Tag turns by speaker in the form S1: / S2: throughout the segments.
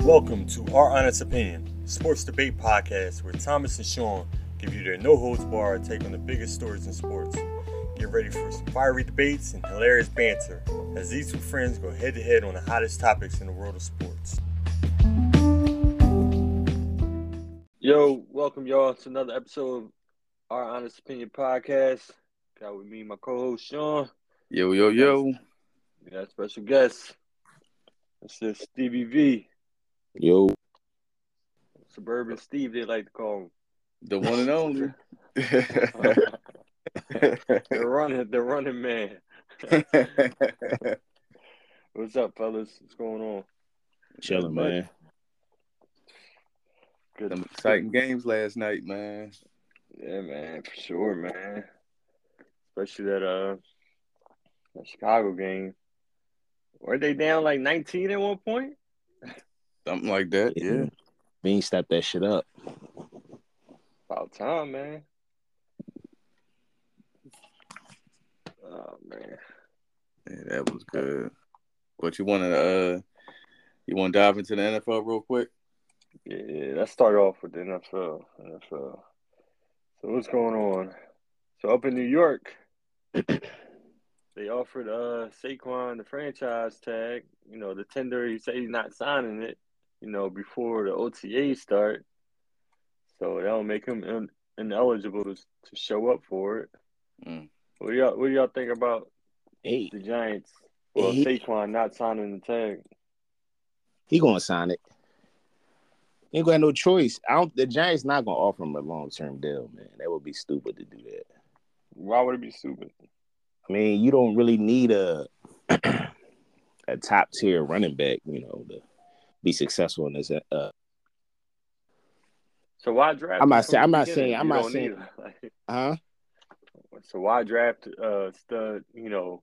S1: Welcome to Our Honest Opinion, sports debate podcast where Thomas and Sean give you their no holds barred take on the biggest stories in sports. Get ready for some fiery debates and hilarious banter as these two friends go head to head on the hottest topics in the world of sports.
S2: Yo, welcome y'all to another episode of our Honest Opinion Podcast. Got with me my co-host Sean.
S3: Yo, yo, yo.
S2: We got a special guest. This is Stevie V,
S3: Yo.
S2: Suburban Steve, they like to call
S3: The one and only.
S2: him. the running, the running man. What's up, fellas? What's going on?
S4: Chilling, man.
S2: Good.
S3: Some exciting games last night, man.
S2: Yeah, man, for sure, man. Especially that uh that Chicago game. Were they down like 19 at one point?
S3: Something like that. Yeah.
S4: Bean stepped that shit up.
S2: About time, man. Oh man.
S3: Yeah, that was good. But you wanna uh you wanna dive into the NFL real quick?
S2: Yeah, let's start off with the NFL. NFL. So what's going on? So up in New York, they offered uh Saquon the franchise tag. You know, the tender he said he's not signing it. You know, before the OTA start, so that'll make him in, ineligible to, to show up for it.
S3: Mm.
S2: What do y'all What do y'all think about
S4: Hey,
S2: the Giants? Well,
S4: He-
S2: Saquon not signing the tag.
S4: he gonna sign it. He ain't gonna have no choice. I don't. The Giants not gonna offer him a long term deal, man. That would be stupid to do that.
S2: Why would it be stupid?
S4: I mean, you don't really need a a top tier running back, you know, to be successful in this. Uh,
S2: So why draft?
S4: I'm
S2: him
S4: not
S2: from
S4: say-
S2: the
S4: I'm not
S2: beginning?
S4: saying- I'm
S2: You
S4: not
S2: don't
S4: saying-
S2: need him.
S4: huh?
S2: So why draft uh stud, you know,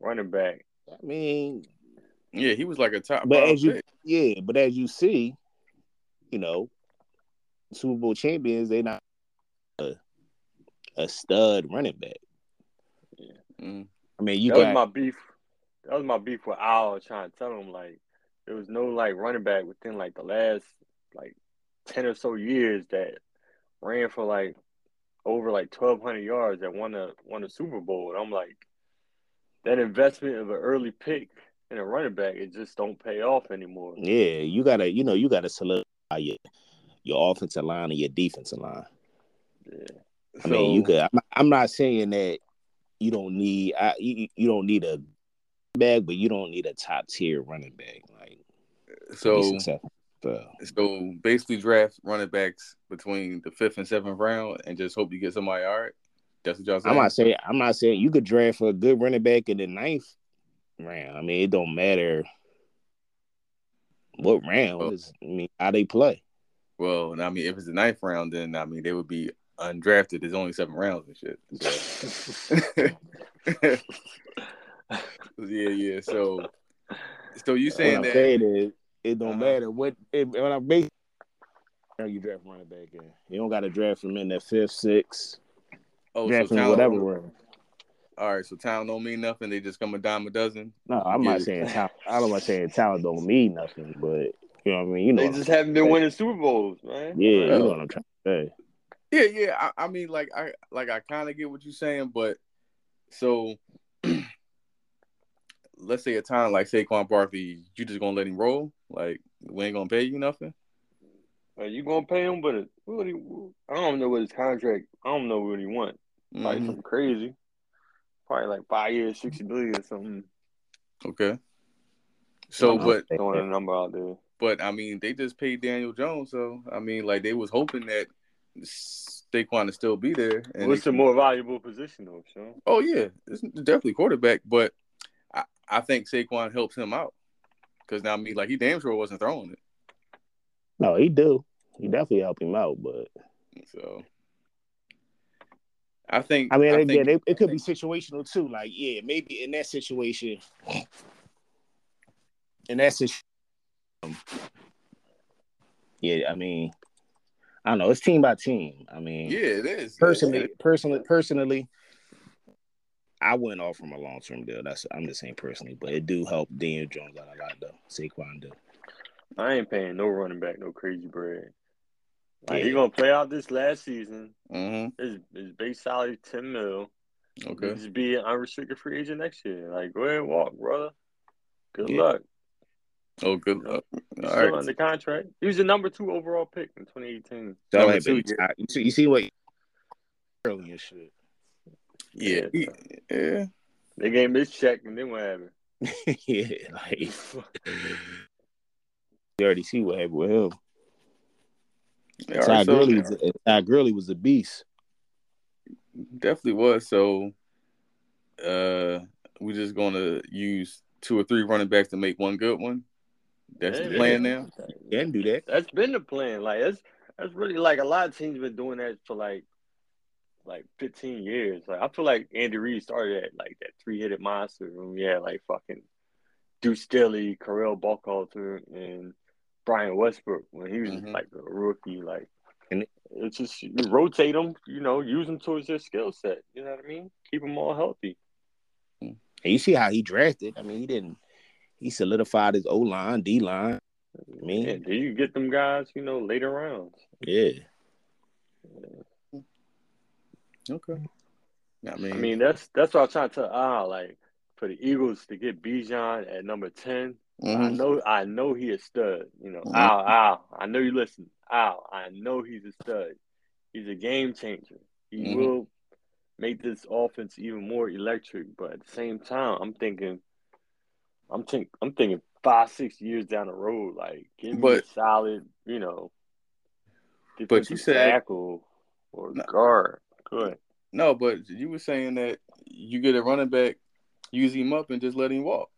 S2: running back?
S4: I mean,
S3: Yeah, he was like a top
S4: But
S3: five
S4: as you-
S3: pick.
S4: yeah, but as you see, you know, Super Bowl champions, they not a, a stud running back.
S3: Mm.
S4: I mean, you
S2: that
S4: got
S2: was my beef. That was my beef with Al trying to tell him like there was no like running back within like the last like ten or so years that ran for like over like twelve hundred yards that won a won a Super Bowl. And I'm like that investment of an early pick in a running back, it just don't pay off anymore.
S4: Yeah, you gotta, you know, you gotta solidify your your offensive line and your defensive line.
S2: Yeah.
S4: I mean, you
S3: So-
S4: could. I'm, I'm not saying that you don't need. I you, you don't need a bag, but you don't need a top tier running back. Like to be
S3: so
S4: successful. So,
S3: so basically draft running backs between the fifth and seventh round and just hope you get somebody all right. That's what y'all saying.
S4: I'm not saying. I'm not saying you could draft for a good running back in the ninth round. I mean, it don't matter what round.
S3: Oh.
S4: It's- I mean, how they play.
S3: Well, and I mean, if it's the ninth round, then I mean they would be undrafted. There's only seven rounds and shit. So. yeah, yeah. So, so you saying
S4: what I'm
S3: that?
S4: saying is, it don't
S3: Uh-huh.
S4: matter what. If, when I'm based, you draft running back in. You don't got to draft him in the fifth, sixth,
S3: oh, so
S4: draft him
S3: talent,
S4: whatever round.
S3: All right, so talent don't mean nothing. They just come a dime a dozen.
S4: No, I'm not
S3: Yeah.
S4: saying talent. I don't want saying talent don't mean nothing, but you know what I mean. You know,
S2: They
S4: what I'm-
S2: just haven't been winning Super Bowls, man.
S4: yeah, you
S3: Bro.
S4: know what I'm trying to say.
S3: Yeah, yeah. I, I mean, like I, like I kind of get what you're saying, but so let's say a time like Saquon Barkley, you just gonna let him roll? Like we ain't gonna pay you nothing?
S2: Are you gonna pay him? But it- what he, I don't know what his contract. I don't know what he want. Like
S4: Mm-hmm.
S3: Mhm.
S2: something crazy. Probably like five years, sixty million or something.
S3: Okay. So,
S4: I'm
S3: but
S4: saying.
S2: Throwing a number out there.
S3: But I mean, they just paid Daniel Jones, so I mean, like they was hoping that Saquon would still be there. And
S2: What's
S3: they-
S2: the more valuable position though, Sean?
S3: Oh yeah, it's definitely quarterback. But I, I think Saquon helps him out because now I mean, like he damn sure wasn't throwing it.
S4: no, he do. He definitely help him out, but
S3: So I think.
S4: I mean,
S3: I
S4: again,
S3: think,
S4: it, it could be situational too. Like, yeah, maybe in that situation, in that situation, yeah. I mean, I don't know. It's team by team. I mean,
S3: yeah, it is
S4: personally,
S3: Yeah,
S4: personally, personally, I wouldn't offer him a long term deal. That's I'm just saying personally, but it do help Daniel Jones out a lot though. Saquon do.
S2: I ain't paying no running back no crazy bread. Like,
S4: Yeah.
S2: He gonna play out this last season.
S3: Mm-hmm.
S2: His his base salary ten mil.
S3: Okay.
S2: Just be an unrestricted free agent next year. Like go ahead, and walk, brother. Good
S3: Yeah.
S2: luck.
S3: Oh, good luck.
S2: He's
S3: All
S2: still
S3: right.
S2: under contract. He was the number two overall pick in 2018.
S4: Y'all
S3: Number
S4: ain't been
S3: two,
S4: top. You see, you see what? Early and shit.
S3: Yeah. Yeah.
S2: They gave him his check, and then what happened?
S4: yeah, like you already see what happened with him.
S3: All
S4: Ty
S3: right, so-
S4: Gurley, was a, Ty Gurley was a beast.
S3: Definitely was. So uh we're just gonna use two or three running backs to make one good one. That's
S2: Yeah,
S3: the plan
S2: yeah.
S3: now.
S4: Can do that.
S2: That's been the plan. Like that's that's really like a lot of teams been doing that for like like 15 years. Like I feel like Andy Reid started at like that three headed monster when we had like fucking Deuce Staley, Carell Buckhalter, and Brian Westbrook when he was
S3: Mhm.
S2: like a rookie. Like
S4: And-
S2: it's just you rotate them, you know, use them towards their skill set. You know what I mean? Keep them all healthy.
S4: And you see how he drafted. I mean, he didn't. He solidified his O line, D line. I mean,
S2: And then you get them guys, you know, later rounds.
S4: yeah.
S3: Okay. I mean,
S2: I mean, that's that's what I'm trying to tell. Ah, like for the Eagles to get Bijan at number ten, I
S3: mhm.
S2: know, I know he a stud. You know,
S3: Mhm.
S2: ow, ow. I know you listen. Ow, I know he's a stud. He's a game changer. He
S3: Mhm.
S2: will make this offense even more electric. But at the same time, I'm thinking, I'm think, I'm thinking five, six years down the road, like give me
S3: But-
S2: a solid, you know,
S3: But you
S2: defensive
S3: said-
S2: tackle or
S3: No.
S2: guard. Good.
S3: no, but you were saying that you get a running back, use him up and just let him walk.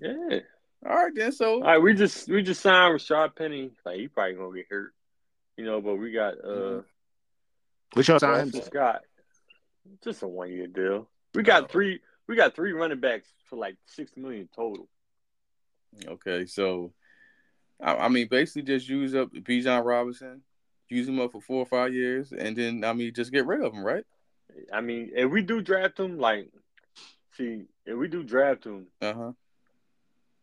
S2: Yeah.
S3: All right then. So
S2: All right, we just we just signed Rashad Penny. Like he probably gonna get hurt, you know. But we got uh
S4: What y'all
S2: Preston
S4: time?
S2: Scott, just a one year deal. We
S3: Oh.
S2: got three. We got three running backs for like six million total.
S3: okay, so I, I mean, basically just use up Bijan Robinson, use him up for four or five years, and then I mean, just get rid of him, right?
S2: I mean, if we do draft him, like, see, if we do draft him,
S3: Uh huh.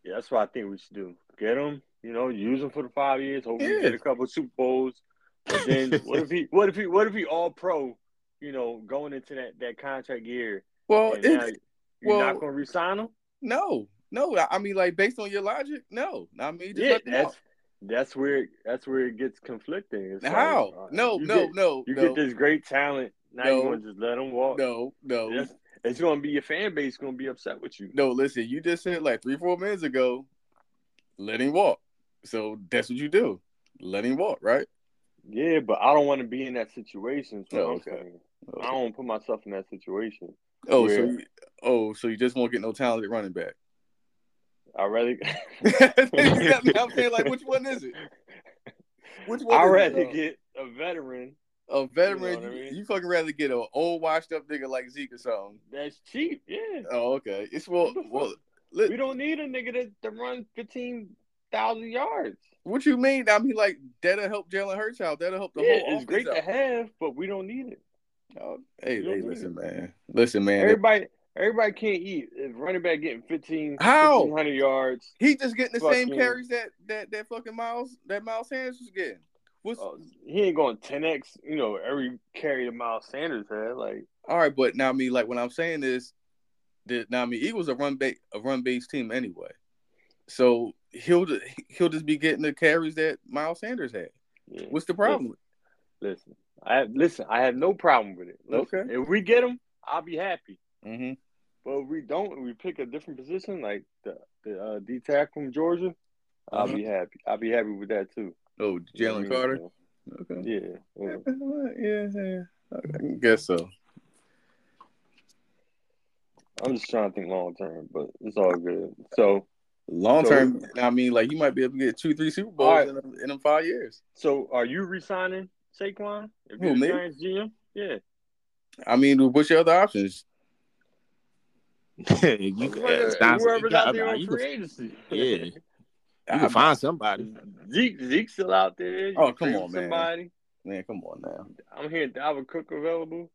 S2: yeah, that's what I think we should do. Get him, you know, use him for the five years. Hopefully, we get
S3: Yeah.
S2: a couple of Super Bowls. But then, what if he? What if he? What if he all pro? You know, going into that that contract year,
S3: Well,
S2: and now
S3: it,
S2: you're
S3: well-
S2: not gonna resign him.
S3: No, no. I- I mean, like based on your logic, no. I mean, you just
S2: Yeah,
S3: let them
S2: that's
S3: out.
S2: that's where it, that's where it gets conflicting. It's like,
S3: How?
S2: uh,
S3: No,
S2: you
S3: no,
S2: get-
S3: no,
S2: You
S3: no,
S2: get this great talent. Now
S3: No.
S2: you want to just let them walk?
S3: no, no,
S2: That's- it's going to be your fan base going to be upset with you.
S3: no. Listen, you just said like three, four minutes ago, let him walk. So that's what you do. Let him walk, right?
S2: Yeah, but I don't want to be in that situation. So
S3: Oh,
S2: I'm
S3: okay.
S2: saying. I don't want to put myself in that situation.
S3: Oh, so
S2: Yeah.
S3: you, oh, so you just won't get no talented running back.
S2: I rather.
S3: Exactly. I'm saying like, which one is it? Which one?
S2: I
S3: is it,
S2: rather
S3: though?
S2: get a veteran
S3: a
S2: you
S3: veteran.
S2: know
S3: You,
S2: what I mean?
S3: you fucking rather get an old, washed up nigga like Zeke or something.
S2: that's cheap. Yeah.
S3: Oh, okay. It's well,
S2: What the fuck?
S3: well.
S2: we don't need a nigga that to run fifteen thousand yards.
S3: What you mean? I mean, like that'll help Jalen Hurts out. That'll help the
S2: yeah,
S3: whole
S2: it's great
S3: offense
S2: to
S3: out.
S2: have, but we don't need it.
S3: Oh, hey,
S2: You don't
S3: hey,
S2: need
S3: listen,
S2: it.
S3: man, listen, man.
S2: Everybody, everybody can't eat. If running back getting 15,
S3: How?
S2: 1,500 yards.
S3: he just getting the same
S2: Fucking-
S3: carries that that that fucking Miles that Miles Sanders was getting. What's
S2: uh, he ain't going 10x. You know, every carry that Miles Sanders had. Like,
S3: all right? But now, I mean, like what I'm saying is that now, I mean, Eagles a run ba- a run based team anyway, so he'll ju- he'll just be getting the carries that Miles Sanders had.
S2: yeah.
S3: What's the problem?
S2: listen, I have, listen. I have no problem with it. Listen,
S3: Okay.
S2: If we get him, I'll be happy.
S3: Mm-hmm.
S2: But if we don't, and we pick a different position, like the the uh, D tackle from Georgia. I'll be happy. I'll be happy with that too.
S3: Oh,
S2: You know
S3: Mm-hmm. Jalen
S2: what I
S3: Carter.
S2: mean?
S3: Okay. Mm-hmm.
S2: Yeah. yeah.
S3: yeah, yeah. I guess so.
S2: I'm just trying to think long term, but it's all good. So,
S3: Long
S2: So-
S3: term, I mean, like you might be able to get two, three Super Bowls
S2: All right.
S3: in, them, in them five years.
S2: so are you resigning Saquon? If
S3: Who,
S2: you're
S3: me?
S2: the Giants GM, yeah.
S3: I mean, what's your other options?
S4: you could
S2: Whoever-
S4: ask Don-
S2: Whoever's out there
S4: nah,
S2: on
S4: you could-
S2: free agency,
S4: Yeah, you
S3: I-
S4: can find somebody.
S2: Zeke Zeke's still out there. You
S3: Oh,
S2: can
S3: come
S2: trade
S3: on,
S2: for
S3: man.
S2: somebody.
S3: man, come on now.
S2: I'm hearing Dalvin Cook available.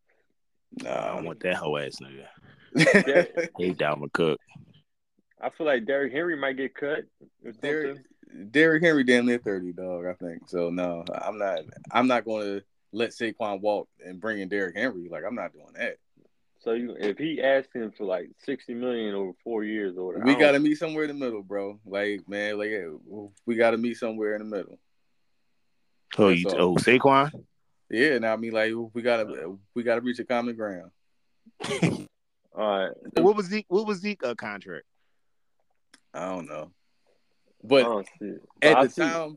S4: I
S3: Nah,
S4: don't want that hoe ass nigga.
S2: Derrick-
S4: Hey, Dalvin Cook.
S2: I feel like Derrick Henry might get cut. or
S3: Derrick-
S2: something.
S3: Derrick Henry damn near thirty, dog. I think so. No, I'm not. I'm not going to let Saquon walk and bring in Derrick Henry. Like I'm not doing that.
S2: So you, if he asked him for like sixty million over four years or whatever,
S3: We got to meet somewhere in the middle, bro. Like man, like yeah, we got to meet somewhere in the middle.
S4: Oh, you,
S3: That's
S4: oh,
S3: all.
S4: Saquon.
S3: Yeah, now I mean, like we gotta we gotta reach a common ground.
S2: All right,
S4: What was Zeke? What was Zeke a contract?
S3: I don't know,
S2: I
S3: but
S2: don't see it. But
S3: at
S2: I
S3: the
S2: see-
S3: time,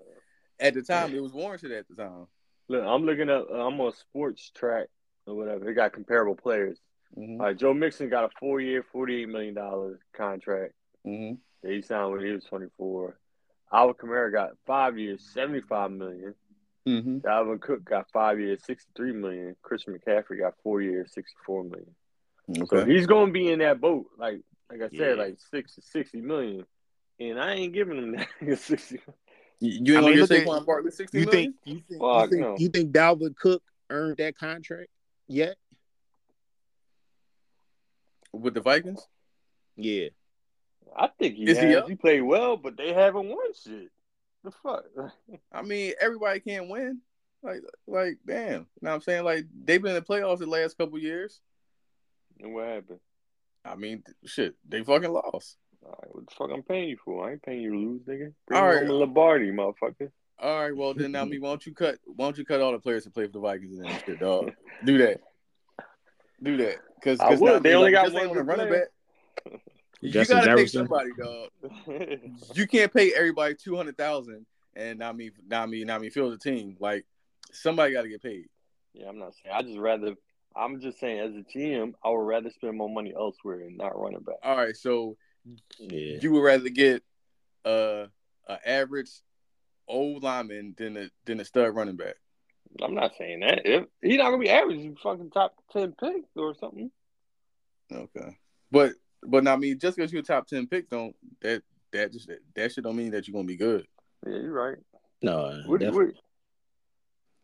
S3: at the time, it was warranted. At the time,
S2: look, I'm looking up. uh, I'm on Sports Track or whatever. It got comparable players.
S4: Mm-hmm.
S2: All right, Joe Mixon got a four-year, forty-eight million dollar contract.
S3: Mhm.
S4: Mm-hmm.
S2: that he signed when he was 24. Alvin Kamara got five years, 75 million.
S3: Mhm.
S2: Dalvin Cook got five years, 63 million. Christian McCaffrey got four years, 64 million. So
S3: Okay.
S2: he's gonna be in that boat, like like I said,
S4: Yeah.
S2: like six to 60 million. And I ain't giving him that 60.
S3: You you ain't
S4: I mean,
S3: gonna
S4: look
S3: get
S4: at-
S3: Saquon Barkley sixteen
S4: You
S3: million?
S4: think? You think? You
S2: Fuck,
S4: think,
S2: no.
S4: you think Dalvin Cook earned that contract yet?
S3: with the Vikings?
S4: Yeah.
S2: I think he
S3: Is he
S2: has.
S3: up?
S2: He, played well, but they haven't won shit. The fuck?
S3: I mean, everybody can't win. Like, like, damn. You know what I'm saying? Like, they've been in the playoffs the last couple years.
S2: And what happened?
S3: I mean, th- shit, they fucking lost.
S2: All right, what the fuck I'm paying you for? I ain't paying you to lose, nigga.
S3: All
S2: All
S3: right.
S2: right, Lombardi, motherfucker.
S3: All right, well then, now me, why don't you cut? Why don't you cut all the players that play for the Vikings and that shit, dog? Do that. Do that, because
S2: I would. They only got one good
S3: running
S2: player.
S3: back. You
S4: Justin
S3: gotta
S4: Jefferson.
S3: pick somebody, dog. you can't pay everybody two hundred thousand and not me, not me, not me field the team. Like somebody got to get paid.
S2: Yeah, I'm not saying. I just rather. I'm just saying, as a GM, I would rather spend more money elsewhere and not running back.
S3: All right, so
S4: Yeah.
S3: you would rather get uh an average old lineman than a than a stud running back.
S2: I'm not saying that. If he's not gonna be average, he's fucking top ten pick or something.
S3: Okay, but but not me. Just because you're a top ten pick, don't that that just that shit don't mean that you're gonna be good.
S2: Yeah, you're right.
S4: No.
S2: What,
S4: def-
S2: what,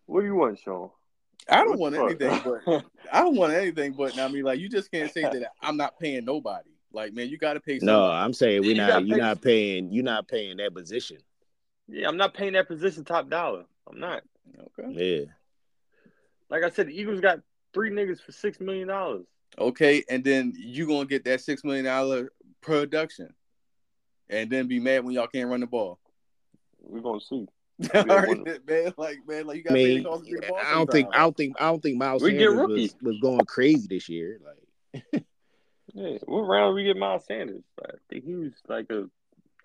S2: what do you want, Sean?
S3: I don't want
S2: What the
S3: anything, but
S2: fuck?
S3: I don't want anything, but now I mean, like you just can't say that I'm not paying nobody. Like man, you got to pay.
S4: no,
S3: somebody.
S4: I'm saying we
S2: You
S4: not.
S2: gotta
S4: You're
S2: pay-
S4: not paying. You're not paying that position.
S2: yeah, I'm not paying that position top dollar. I'm not.
S3: Okay.
S4: Yeah.
S2: Like I said, the Eagles got three niggas for six million dollars.
S3: Okay, and then you gonna get that six million dollar production, and then be mad when y'all can't run the ball.
S2: We're gonna see.
S3: All right,
S2: wonderful.
S3: man, like man, like you
S4: I
S3: got to pay the
S4: mean,
S3: cost to get the ball.
S4: I don't think. I
S3: sometime.
S4: don't think. I don't think Miles
S2: We get
S4: Sanders
S2: rookie.
S4: was, was going crazy this year. Like.
S2: Yeah, what round we get Miles Sanders? I think he was like a,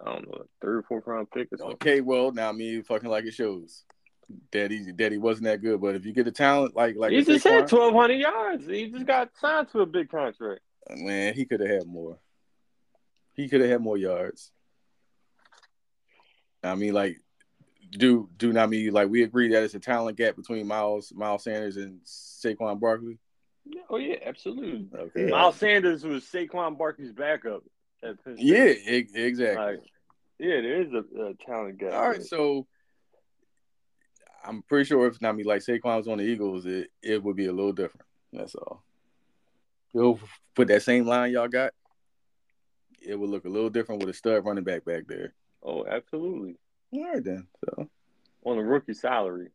S2: I don't know, a third or fourth round pick or something.
S3: Okay, well now I mean, fucking like it shows. Daddy, daddy wasn't that good, but if you get the talent, like like
S2: he
S3: a
S2: just had
S3: Saquon,
S2: twelve hundred yards. He just got signed to a big contract.
S3: man, he could have had more. He could have had more yards. I mean, like, do do not mean like we agree that it's a talent gap between Miles Miles Sanders and Saquon Barkley.
S2: Yeah, Oh yeah, absolutely.
S3: Okay,
S2: Miles Sanders was Saquon Barkley's backup. At Penn State.
S3: Yeah, e- exactly.
S2: Like, yeah, there is a, a talent gap.
S3: All right, so I'm pretty sure if not me, like Saquon was on the Eagles, it, it would be a little different. That's all. You'll put that same line y'all got, it would look a little different with a stud running back back there.
S2: oh, absolutely.
S3: All right then. So
S2: On a rookie salary,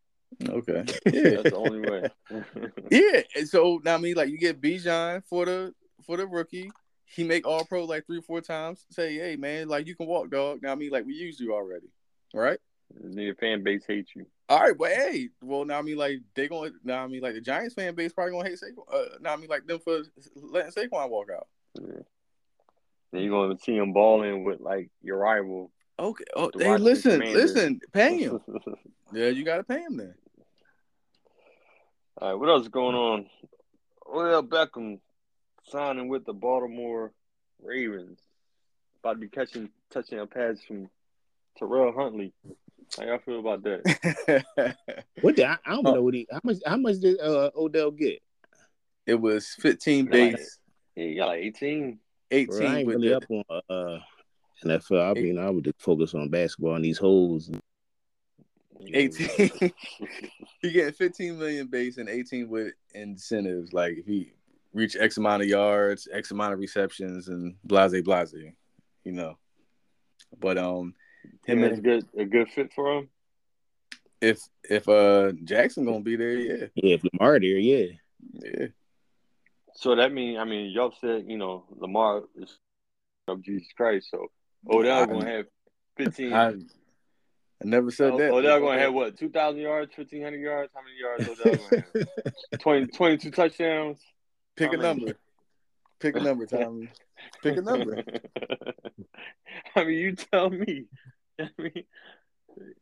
S3: okay, yeah,
S2: that's the only way.
S3: yeah. And so now I mean, like you get Bijan for the for the rookie. He make All Pro like three, four times. Say, hey man, like you can walk, dog. Now I mean, like we used you already, right?
S2: Your fan base hates you.
S3: All right, but hey, well, now I mean, like they going, to now I mean, like the Giants fan base probably gonna hate Saquon. Uh, now I mean, like them for letting Saquon walk out.
S2: Then you're gonna see him balling with like your rival.
S3: Okay. Oh,
S2: The
S3: hey,
S2: Washington
S3: listen,
S2: Commanders.
S3: listen, pay him. yeah, you gotta pay him then.
S2: All right, what else is going on? Odell Beckham signing with the Baltimore Ravens. About to be catching touchdown passes from Terrell Huntley. How y'all feel about that?
S4: What? The, I, I don't
S3: Oh.
S4: know what he. How much? How much did uh, Odell get?
S3: it was 15
S2: Nice.
S3: days,
S2: yeah, you got like 18.
S4: Bro, I
S3: 18
S4: ain't
S3: with
S4: really
S3: the,
S4: up on uh, NFL. I mean, I would just focus on basketball and these holes.
S3: 18. he getting 15 million base and 18 with incentives. Like if he reach X amount of yards, X amount of receptions, and blase blase, you know. But um, Him
S2: That's
S3: and
S2: good, a good fit for him.
S3: if if uh Jackson gonna be there, yeah,
S4: Yeah, if Lamar there, yeah.
S3: yeah.
S2: So that mean, I mean, y'all said you know Lamar is of Jesus Christ. So Odell
S3: I-
S2: gonna have fifteen.
S3: I, I never said that.
S2: O- Odell Oh, gonna have what? Two thousand yards, fifteen hundred yards. How many yards Odell gonna have? 20, 22 touchdowns.
S3: Pick a
S2: I mean-
S3: number. Pick a number, Tommy. Pick a number.
S2: I mean, you tell me. I mean,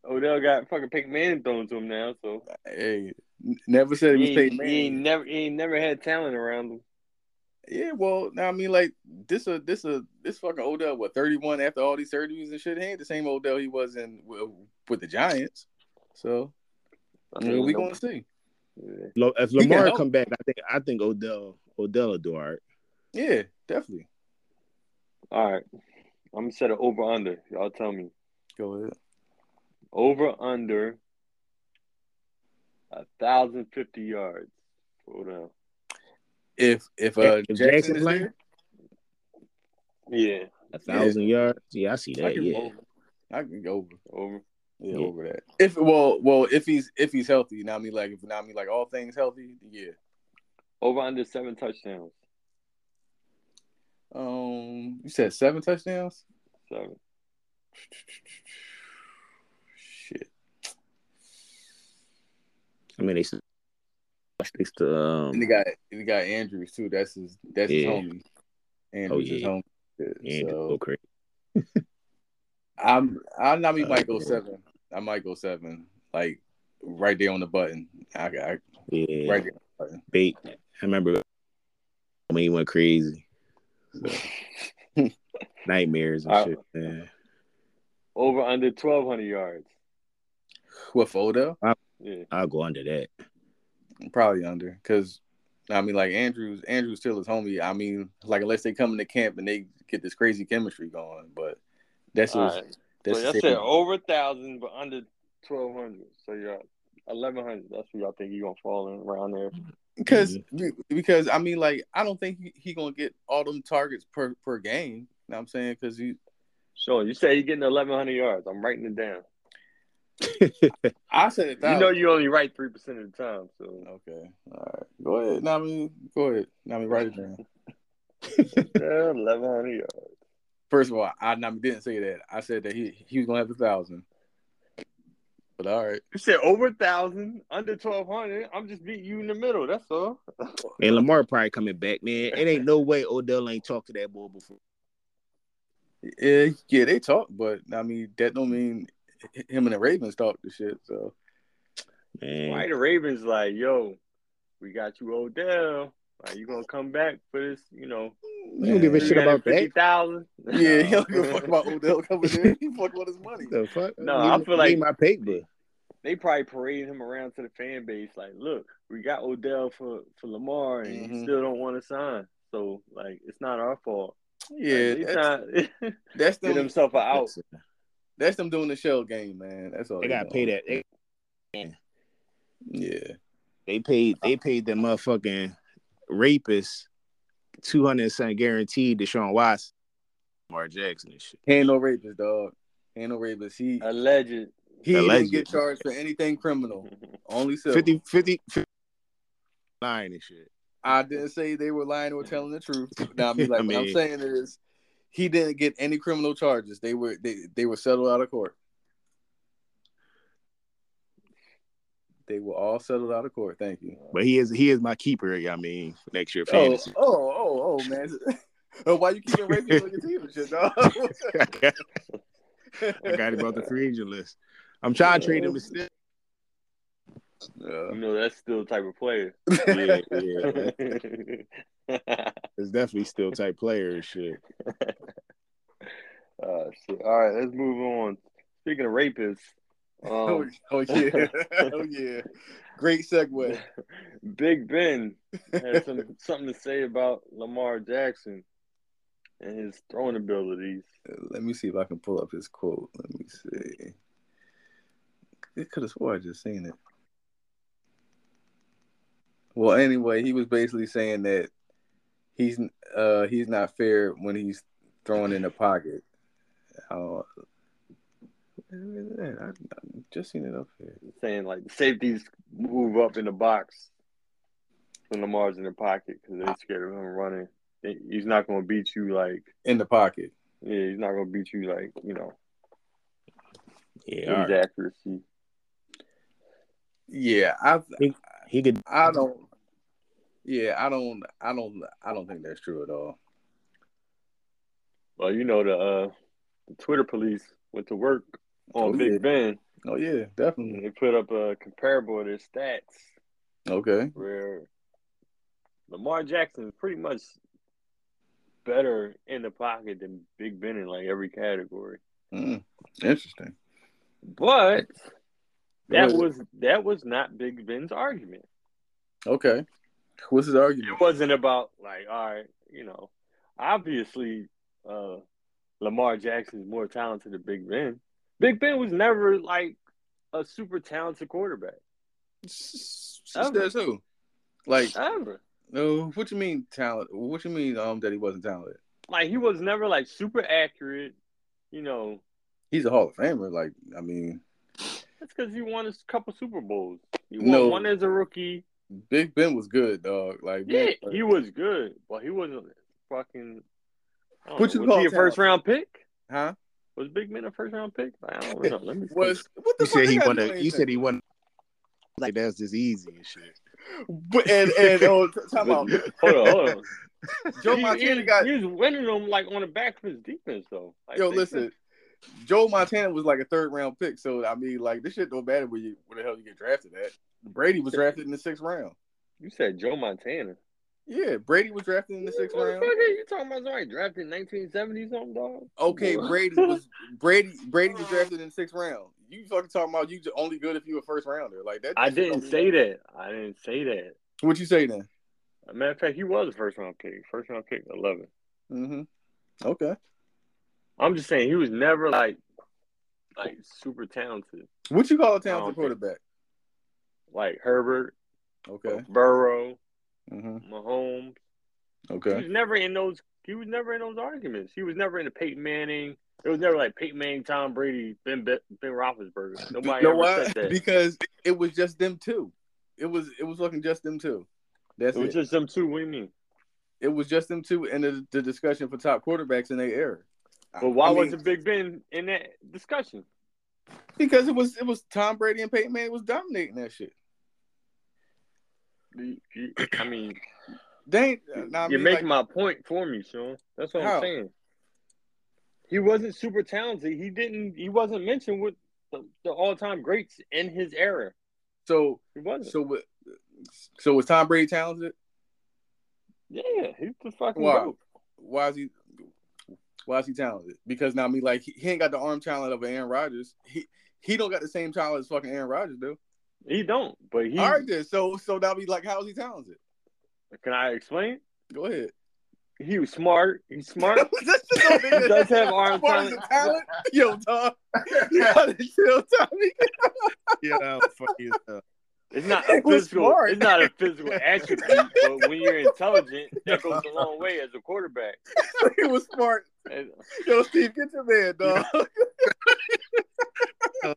S2: Odell got fucking Peyton Manning thrown to him now, so
S3: hey, n- never said it
S2: he
S3: was
S2: ain't,
S3: Peyton
S2: he ain't
S3: Manning.
S2: never he ain't never had talent around him.
S3: Yeah, well, now I mean, like this a this a this fucking Odell what thirty one after all these surgeries and shit. He ain't the same Odell he was in with, with the Giants. So
S2: I
S3: you know,
S2: mean,
S3: we
S2: no-
S3: gonna see.
S2: yeah.
S4: Lo- If
S3: He can
S4: Lamar
S3: help.
S4: come back, I think I think Odell Odell will do all right.
S3: Yeah, definitely.
S2: All right, I'm gonna set an over under. Y'all tell me
S3: Go ahead.
S2: over under a thousand fifty yards. Hold on.
S3: If if uh
S4: If
S3: Jackson,
S4: Jackson
S3: is
S4: playing,
S3: there,
S2: Yeah,
S4: A thousand yards. Yeah, I see
S3: I
S4: that.
S3: can
S4: Yeah.
S3: over. I can go over.
S2: over.
S3: Yeah,
S4: Yeah.
S3: over that. If well, well, if he's if he's healthy, you know what I mean. Like if you know what I mean, like all things healthy, yeah.
S2: Over under seven touchdowns.
S3: Um, you said seven touchdowns.
S2: Seven.
S3: Shit.
S4: I mean, they sticks to
S3: And they
S4: um,
S3: got and they got Andrews too. That's his that's his
S4: Yeah. Oh,
S3: homie. Andrews is
S4: yeah.
S3: homie. Yeah,
S4: and
S3: so
S4: go crazy.
S3: I'm I know me might go
S4: Uh,
S3: seven. I might go seven. Like right there on the button. I, I
S4: Yeah,
S3: right there.
S4: bait. I remember when he went crazy, nightmares and
S2: Uh,
S4: shit. Man.
S2: Over under twelve hundred yards.
S3: With Odell,
S2: Yeah.
S4: I'll go under that.
S3: probably under because. I mean, like Andrews. Andrews still is homie. I mean, like unless they come into camp and they get this crazy chemistry going, but that's
S2: All
S3: just
S2: right.
S3: that's
S2: so y'all
S3: just-
S2: said over a thousand, but under twelve hundred. So you're eleven hundred. That's what y'all think you're gonna fall in around there.
S3: because because I mean, like I don't think he, he gonna get all them targets per per game. You know what I'm saying because you,
S2: Sean, you say you're getting eleven hundred yards. I'm writing it down.
S3: I said a
S2: You
S3: thousand.
S2: know you only write three percent of the time. So
S3: okay, all right, go ahead. Now I mean, go ahead. Now I mean, write it down.
S2: eleven hundred yards.
S3: First of all, I Nami didn't say that. I said that he he was gonna have a thousand. But all right,
S2: You said over a thousand, under twelve hundred. I'm just beating you in the middle. That's all.
S4: and Lamar probably coming back, man. It ain't no way Odell ain't talked to that boy before.
S3: yeah, yeah, they talk, but I mean that don't mean him and the Ravens talk the shit. So
S4: Man,
S2: Why the Ravens like, yo, we got you Odell. Are you gonna come back for this? You know,
S4: you don't give a shit about that.
S2: thousand.
S3: yeah, he don't give a fuck about Odell coming in. He fuck about his money.
S4: The fuck?
S2: No,
S4: Leave
S2: I
S4: me-
S2: feel like-
S4: leave my paper.
S2: they probably parading him around to the fan base. Like, look, we got Odell for for Lamar, and you
S3: Mhm.
S2: still don't want to sign. So, like, it's not our fault. Like,
S3: Yeah,
S2: he's
S3: that's,
S2: not
S3: that's
S2: get
S3: them.
S2: himself an out.
S3: That's them doing the shell game, man. That's all
S4: They gotta
S3: doing.
S4: pay that. They,
S3: Yeah,
S4: they paid. They paid the motherfucking rapist two hundred percent guaranteed to Sean Watson, Lamar Jackson and shit.
S3: ain't no rapist, dog. Ain't no rapist. He
S2: Alleged.
S3: he didn't
S4: Alleged.
S3: get charged for anything criminal.
S2: Mm-hmm.
S3: Only so
S4: 50, 50, 50 and shit.
S3: I didn't say they were lying or telling the truth. Now, I mean, like
S4: I
S3: what I'm
S4: mean-
S3: saying is, he didn't get any criminal charges. They were they they were settled out of court. They were all settled out of court. Thank you.
S4: But he is he is my keeper. I mean, next year
S3: Oh,
S4: fantasy.
S3: oh, oh, oh, man. Oh, Why you keeping rapists on your team and shit, dog?
S4: I, got, I got him off the free agent list. I'm trying to trade him. To still.
S2: You know, that's still the type of player.
S4: Yeah, yeah. It's definitely still type player and shit.
S2: Uh, shit. All right, let's move on. Speaking of rapists,
S3: oh,
S2: um,
S3: oh yeah, oh yeah. Great segue.
S2: Big Ben had some something to say about Lamar Jackson and his throwing abilities.
S3: Let me see if I can pull up his quote. Let me see. It could have swore I just seen it. Well, anyway, he was basically saying that he's uh he's not fair when he's thrown in the pocket. Uh, Who is that? I, I just seen it up here.
S2: saying like the safeties move up in the box when Lamar's in the pocket because they're scared of him running. They- He's not going to beat you like
S3: In the pocket.
S2: yeah, he's not going to beat you like you know
S4: Yeah,
S2: with
S4: all
S2: his
S4: right.
S2: accuracy.
S3: Yeah, I
S4: he could.
S3: I don't. Yeah, I don't. I don't. I don't think that's true at all.
S2: Well, you know the uh, the Twitter police went to work on
S3: Oh,
S2: Big
S3: yeah.
S2: Ben
S3: Oh yeah, definitely.
S4: Mm-hmm.
S2: and they put up a comparable of their stats
S3: Okay.
S2: where Lamar Jackson is pretty much better in the pocket than Big Ben in like every category.
S3: Mm, interesting.
S2: But that
S3: Really?
S2: was that was not Big Ben's argument.
S3: Okay. What's his argument?
S2: It wasn't about like, all right, you know, obviously uh Lamar Jackson's more talented than Big Ben. Big Ben was never like a super talented quarterback.
S3: S-
S2: Oh.
S3: Says who? Like,
S2: Ever.
S3: no. What you mean talent? What you mean um that he wasn't talented?
S2: Like he was never like super accurate, you know.
S3: He's a Hall of Famer. Like, I mean,
S2: That's because he won a couple Super Bowls. He won
S3: No.
S2: one as a rookie.
S3: Big Ben was good, dog. Like,
S2: Yeah,
S3: man,
S2: he was good, but he wasn't fucking. I don't know,
S3: What you
S2: was
S3: call
S2: he a first round pick?
S3: huh?
S2: Was Big Ben a first round pick? I don't know. Let me see.
S3: Was what the
S4: You
S3: fuck
S4: said he
S3: got to
S4: wanted.
S3: do
S4: You said
S3: anything?
S4: he wanted. Like that's just easy and shit.
S3: But- and and oh, t- time out.
S2: hold on, hold on.
S3: Joe
S2: He- he,
S3: Montana got
S2: he was winning them like on the back of his defense though. Like,
S3: yo.
S2: they-
S3: Listen, Joe Montana was like a third round pick, so I mean, like this shit don't matter where you where the hell you get drafted at. Brady was drafted in the sixth round.
S2: you said Joe Montana.
S3: Yeah, Brady was drafted in the sixth
S2: Motherfucker,
S3: round.
S2: You talking about somebody drafted in 1970 something, dog?
S3: Okay,
S2: Boy.
S3: Brady was Brady Brady was drafted in the sixth round. You fucking talking about you just only good if you a first rounder like that.
S2: I didn't say that. I didn't say that.
S3: What you say then?
S2: As a matter of fact, he was a first round pick. First round pick, 11.
S3: Mm-hmm. Okay.
S2: I'm just saying he was never like like super talented.
S3: What you call
S2: I
S3: a
S2: don't
S3: talented
S2: think-
S3: quarterback?
S2: Like Herbert,
S3: Okay.
S2: Burrow, Oh.
S3: Mm-hmm.
S2: Mahomes. He
S3: Okay.
S2: was never in those he was never in those arguments. He was never in the Peyton Manning. It was never like Peyton Manning, Tom Brady, Ben Ben, ben Roethlisberger. Nobody
S3: you know
S2: ever
S3: why?
S2: said that.
S3: Because it was just them two. It was it was fucking just them two. That's
S2: it was
S3: it.
S2: just them two. What do you mean?
S3: it was just them two in the, the discussion for top quarterbacks in their era.
S2: But why
S3: I mean,
S2: wasn't Big Ben in that discussion?
S3: because it was it was Tom Brady and Peyton Manning was dominating that shit.
S2: You- you- I mean,
S3: They ain't, uh, nah, I
S2: you're
S3: mean,
S2: making
S3: like,
S2: my point for me, Sean. That's what
S3: How?
S2: I'm saying. He wasn't super talented. He didn't. He wasn't mentioned with the, the all-time greats in his era.
S3: so
S2: He wasn't.
S3: so what- so was Tom Brady talented?
S2: yeah, he's the fucking
S3: Why?
S2: goat.
S3: Why is he? Why is he talented? Because now I mean, like he, he ain't got the arm talent of Aaron Rodgers. He he don't got the same talent as fucking Aaron Rodgers do.
S2: He don't. But he.
S3: All right, then. So so now we like, how is he talented?
S2: Can I explain?
S3: Go ahead.
S2: He was smart. He's smart.
S3: That shit don't make
S2: he does have arm
S3: Smart as
S2: talent.
S3: a talent. Yo, dog. You gotta chill, Tommy.
S4: Yeah, that was funny as hell.
S2: It's not a
S3: He was
S2: physical.
S3: smart.
S2: It's not a physical attribute. but when you're intelligent, that goes a long way as a quarterback.
S3: he was smart.
S2: And
S3: Yo, Steve, get your man, dog.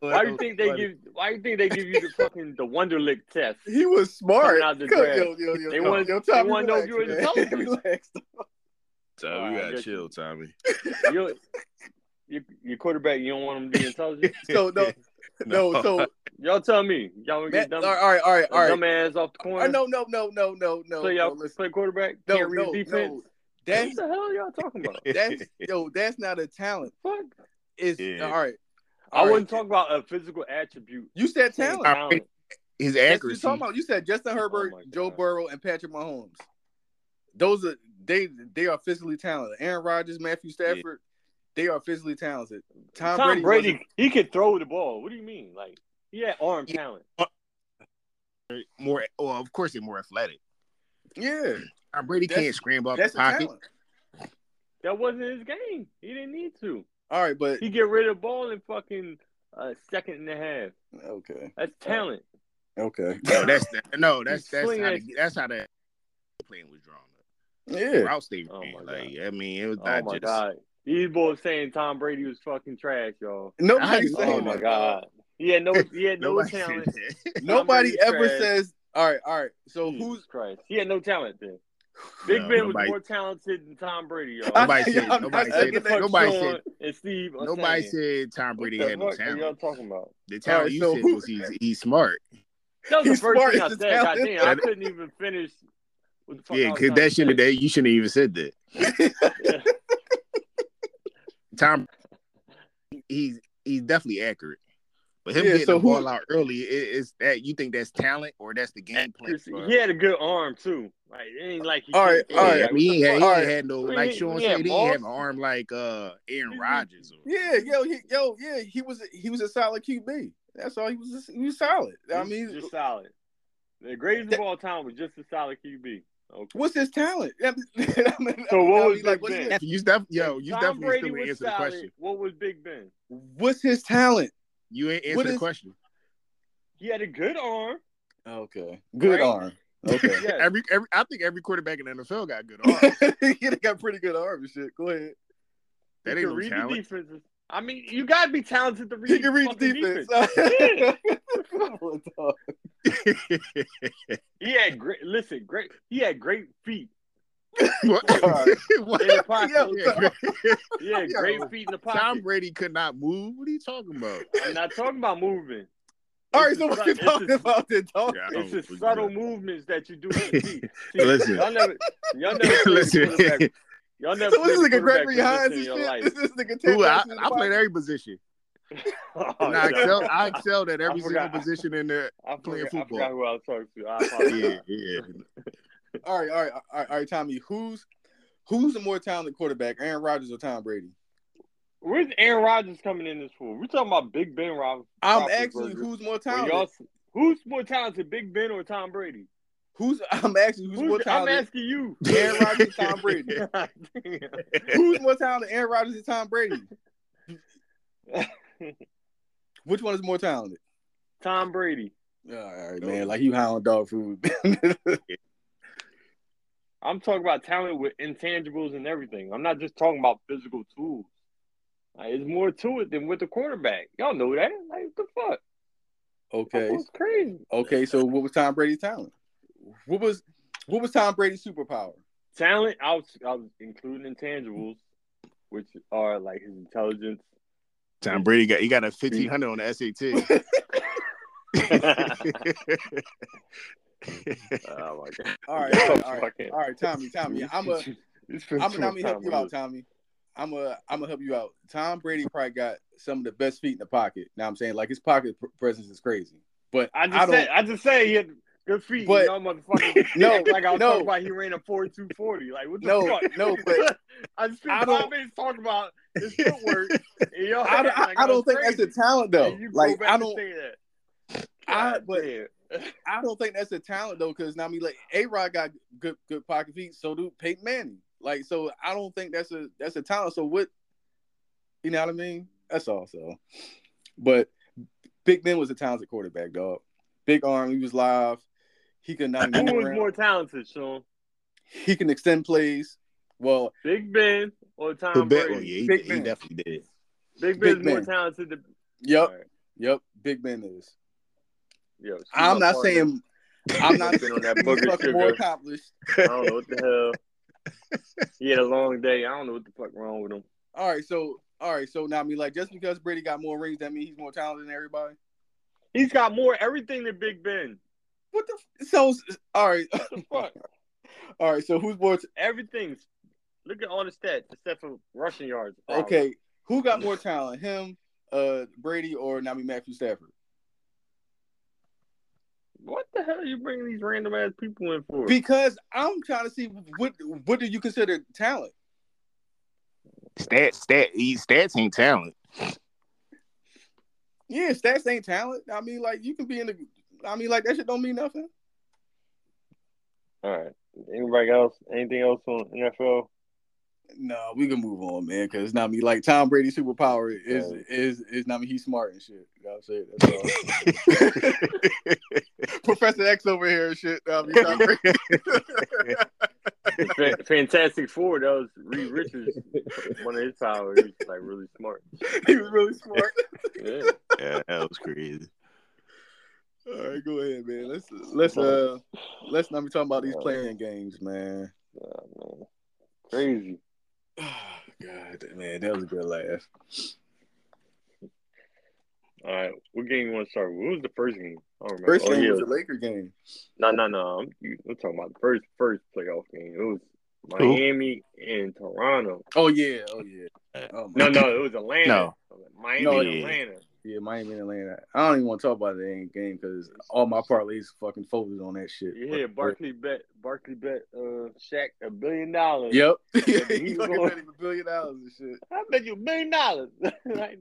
S2: Why do you think they give? Why do you think they give you the fucking the Wonderlick test?
S3: He was smart.
S2: Coming out the
S3: Come-
S2: draft.
S3: Yo, yo, yo,
S2: They
S3: yo,
S2: wanna-
S3: yo,
S2: they
S3: Tommy,
S2: wanna know if you
S3: relax,
S2: were
S3: man.
S2: intelligent.
S3: relax.
S4: Tommy, you
S2: Alright, I got
S4: gotta
S2: you.
S4: chill, Tommy.
S2: Your, your, your quarterback, you don't want him to be intelligent.
S3: So no, no, so
S2: Y'all tell me, y'all want to
S3: Matt,
S2: get
S3: all
S2: dumb,
S3: right, all right, all right.
S2: dumb ass off the
S3: Uh,
S2: corner.
S3: no, no, no, no, no, no.
S2: play y'all
S3: no, listen.
S2: play quarterback.
S3: no,
S2: can't read
S3: no,
S2: defense.
S3: no.
S2: What
S3: That's
S2: the hell y'all talking about?
S3: that's yo, that's not a talent.
S2: Fuck.
S3: It's
S4: Yeah.
S3: all right.
S2: I
S3: All right.
S2: wouldn't talk about a physical attribute.
S3: You said talent.
S4: All right. His
S3: That's what you
S4: accuracy.
S3: talking about. You said Justin Herbert,
S2: Oh my God.
S3: Joe Burrow, and Patrick Mahomes. Those are they they are physically talented. Aaron Rodgers, Matthew Stafford, they are physically talented. Tom,
S2: Tom, Brady,
S3: Brady, wasn't-
S2: he could throw the ball. What do you mean? Like he had arm
S4: Yeah.
S2: talent.
S4: More, well, of course, they're more athletic.
S3: yeah,
S4: Tom Brady
S3: That's-
S4: can't scramble out the
S3: that's a
S4: pocket.
S3: talent.
S2: That wasn't his game. He didn't need to.
S3: All right, but
S2: He get rid of the ball in fucking a second and a half.
S3: okay,
S2: That's talent.
S3: okay,
S4: No, that's that, no, that's
S2: He's
S4: that's how the,
S2: swinging.
S4: that's how the plan was drawn up.
S3: yeah.
S4: Routes they
S2: Oh
S4: ran.
S2: my
S4: like I mean, it was
S2: Oh
S4: not
S2: my
S4: just
S2: god. These boys saying Tom Brady was fucking trash, y'all.
S3: Nobody
S4: I-
S3: saying
S2: Oh
S4: Damn.
S2: my
S3: that.
S2: god. He had no he had no
S4: Nobody
S2: talent.
S4: said that.
S3: Nobody
S2: Brady's
S3: ever
S2: trash. Hmm.
S3: says, all right, all right. So
S2: Jesus
S3: who's
S2: Christ? He had no talent then. Big
S4: No,
S2: Ben was
S4: nobody-
S2: more talented than Tom Brady, y'all.
S4: Nobody
S3: I'm
S4: said.
S3: not- I'm
S4: Nobody
S2: That's
S4: said.
S2: the
S3: not-
S2: fuck
S4: Nobody
S2: Sean
S4: said.
S2: and Steve. are
S4: Nobody
S2: saying.
S4: said Tom
S2: What
S4: Brady
S2: the
S4: had no
S2: fuck Are y'all
S4: talent.
S2: talking about?
S4: The talent
S3: Alright,
S4: you
S3: so
S4: said
S3: who-
S4: was he's he's smart.
S2: That was
S3: He's
S2: the first
S3: smart,
S2: thing I
S3: he's
S2: said.
S3: talented.
S2: Goddamn, I couldn't even finish. What the fuck I
S4: Yeah,
S2: was
S4: because
S2: trying
S4: that
S2: to
S4: shouldn't
S2: say.
S4: that you shouldn't have even said that.
S2: Yeah.
S4: Tom, he's he's definitely accurate, but him
S3: Yeah,
S4: getting
S3: so
S4: the
S3: who-
S4: ball out early i- is that you think that's talent or that's the game plan?
S2: Chris, He had a good arm too. Like it ain't like he
S3: All right,
S2: couldn't
S4: All
S2: throw.
S3: all right.
S4: right,
S2: Like,
S4: I mean, he ain't had, he
S3: All
S4: ain't
S3: right.
S4: had no
S2: We-
S4: like
S2: we-
S4: Sean
S2: we
S4: said.
S2: had
S4: He didn't have
S2: balls.
S4: an arm like uh Aaron Rodgers. Or,
S3: Yeah, yo, he, yo, yeah, he was he was a solid QB. That's all he was. He was solid. I
S2: He's
S3: mean,
S2: just solid. The greatest of all time was just a solid QB. Okay.
S3: what's his talent? I mean, I mean,
S2: So what
S3: I
S2: was
S3: mean,
S2: Big
S3: like, what's,
S2: Ben?
S3: his,
S4: you def- yo,
S2: If
S4: you
S2: Tom
S4: definitely
S2: Brady
S4: still
S2: was
S4: ain't answer the
S2: solid,
S4: question.
S2: What was Big Ben?
S3: what's his talent?
S4: You ain't
S3: What
S4: answer the
S3: is-
S4: question.
S2: He had a good arm.
S3: Okay, good
S2: Right.
S3: arm. Okay,
S2: Yes.
S4: Every every I think every quarterback in the NFL got good arm.
S3: he got pretty good arm and shit. Go
S2: He
S3: ahead.
S4: that
S2: could
S4: ain't no
S2: read the
S4: talent.
S2: defenses. I mean, you gotta be talented to read.
S3: He can read
S2: fucking
S3: defense. Come on, dog.
S2: He had great. Listen, great. He had great feet
S4: what?
S3: Alright.
S4: What?
S2: in the pocket.
S3: Yo,
S4: Yeah,
S2: He had
S3: yo.
S2: great feet in the pocket.
S4: Tom Brady could not move. What are you talking about?
S2: I'm not talking about moving.
S3: All right,
S2: It's
S3: so
S2: a
S3: what
S2: sub-
S3: you
S2: it's a-
S3: talking about then, dog?
S4: Yeah, I don't
S2: It's the
S4: believe
S2: subtle
S4: that.
S2: movements that you do with your feet. See,
S4: Listen.
S2: y'all never, y'all never played quarterback
S4: Listen,
S2: Y'all never
S3: So
S2: played
S3: this nigga
S2: quarterback
S3: Gregory Hines
S2: position
S3: and
S2: in your
S3: shit.
S2: life.
S3: This is nigga Ted
S4: Ooh, I,
S3: Jackson in the
S4: I played
S3: pocket?
S4: every position.
S2: Oh,
S4: and I
S2: yeah.
S4: excelled. I excelled at every single
S2: forgot.
S4: position in there.
S2: I
S4: playing
S2: forgot, I
S4: football.
S2: forgot who I was talking to. I
S4: Yeah,
S2: apologize.
S4: yeah.
S3: All right, all right, all right, all right, Tommy. Who's who's the more talented quarterback, Aaron Rodgers or Tom Brady?
S2: Where's Aaron Rodgers coming in this for? We're talking about Big Ben Robinson.
S3: I'm
S2: Roethlisberger.
S3: asking you who's more
S2: Well,
S3: talented.
S2: y'all, who's more talented, Big Ben or Tom Brady?
S3: Who's I'm asking you, who's,
S2: Who's,
S3: more
S2: I'm
S3: talented,
S2: asking you.
S3: Aaron Rodgers, or Tom Brady?
S2: God
S3: who's more talented, Aaron Rodgers or Tom Brady?
S2: damn.
S3: Which one is more talented?
S2: Tom Brady.
S3: All right, all right, man. Like you hound dog food.
S2: I'm talking about talent with intangibles and everything. I'm not just talking about physical tools. Like, it's more to it than with the quarterback. Y'all know that. Like, what the fuck?
S3: okay,
S2: That's crazy.
S3: okay. So what was Tom Brady's talent? What was what was Tom Brady's superpower?
S2: Talent, I was, I was including intangibles, which are like his intelligence.
S4: Tom Brady got he got a fifteen hundred on the SAT.
S2: oh my god!
S3: All right, all right, all right, all right Tommy, Tommy. I'm a I'm gonna help you out, Tommy. I'm a I'm gonna help you out. Tom Brady probably got some of the best feet in the pocket. Now I'm saying like his pocket pr- presence is crazy, but
S2: I
S3: I,
S2: just
S3: don't.
S2: said, I just said he had good feet.
S3: But-
S2: y'all motherfuckers,
S3: No,
S2: act like I was
S3: no.
S2: talking about he ran a four two forty. Like what the
S3: No,
S2: fuck?
S3: no, but
S2: I spent
S3: I
S2: five
S3: don't-
S2: minutes talking about his footwork. and y'all
S3: I,
S2: act
S3: don't- I,
S2: like
S3: I don't
S2: was
S3: think
S2: crazy.
S3: that's a
S2: And
S3: talent though.
S2: you go
S3: Like
S2: back
S3: I
S2: and
S3: don't
S2: say that.
S3: I-
S2: God
S3: but-
S2: damn.
S3: I don't think that's a talent though because now I mean like A Rod got good good pocket feet, so do Peyton Manning. Like so I don't think that's a that's a talent. So what? You know what I mean? That's all. So, but Big Ben was a talented quarterback, dog. Big arm, he was live. He could not.
S2: who was more talented, Sean?
S3: He can extend plays. Well,
S2: Big Ben or
S4: Oh,
S2: Tom
S4: yeah,
S2: Brady?
S4: he,
S3: Big
S4: he
S3: man.
S4: definitely did.
S2: Big Ben's
S3: Big
S2: more
S3: Ben.
S2: talented than.
S3: yep,
S2: All right.
S3: yep. Big Ben is.
S2: Yo, she's
S3: I'm
S2: my
S3: not
S2: partner.
S3: saying. I'm not
S2: Been on that
S3: he's
S2: booger
S3: fucking more
S2: sugar.
S3: accomplished.
S2: I don't know what the hell. He had a long day. I don't know what the fuck wrong with him.
S3: All right, so all right, so now I mean like just because Brady got more rings, that means he's more talented than everybody.
S2: He's got more everything than Big Ben.
S3: What the f- so? All right,
S2: What the fuck?
S3: all right. So who's more? t-
S2: Everything's. Look at all the stats except for rushing yards. Oh,
S3: okay, who got more talent? Him, uh, Brady, or Nami Matthew Stafford?
S2: What the hell are you bringing these random ass people in for?
S3: Because I'm trying to see what what do you consider talent?
S4: Stats, stat, he, stats ain't talent.
S3: Yeah, stats ain't talent. I mean, like you can be in the. I mean, like that shit don't mean nothing.
S2: all right. Anybody else? Anything else on NFL?
S3: No, we can move on, man. Because not me. Like Tom Brady's superpower is
S2: Right.
S3: is is not me. He's smart and shit. You know what I'm saying?
S2: uh,
S3: That's all. Professor X over here and shit. know what I mean, Tom Brady.
S2: Fa- Fantastic Four. That was Reed Richards. One of his powers. He was, like really smart.
S3: he was really smart.
S2: Yeah.
S5: Yeah, that was crazy.
S3: All right, go ahead, man. Let's let's uh let's not be talking about these playing games, man.
S2: Yeah, Oh, man. Crazy.
S3: God, man, that was a good laugh.
S2: All right. What game you want to start with? What was the first game? I don't remember.
S3: First
S2: oh,
S3: game
S2: yeah.
S3: was the Laker game.
S2: No, no, no. I'm, you- I'm talking about the first first playoff game. It was
S5: Who?
S2: Miami and Toronto.
S3: Oh yeah, oh yeah. Oh, my
S2: No, no, it was Atlanta.
S5: No.
S2: Miami
S3: No,
S2: and
S5: yeah.
S2: Atlanta.
S3: Yeah, Miami and Atlanta. I don't even want to talk about the game because all my parlays fucking focused on that shit.
S2: Yeah, Barkley bet Barkley bet uh Shaq a billion dollars.
S3: Yep.
S2: Yeah, but
S3: he
S2: he's
S3: fucking
S2: going-
S3: bet him a billion dollars and shit.
S2: I bet you a billion dollars. Like,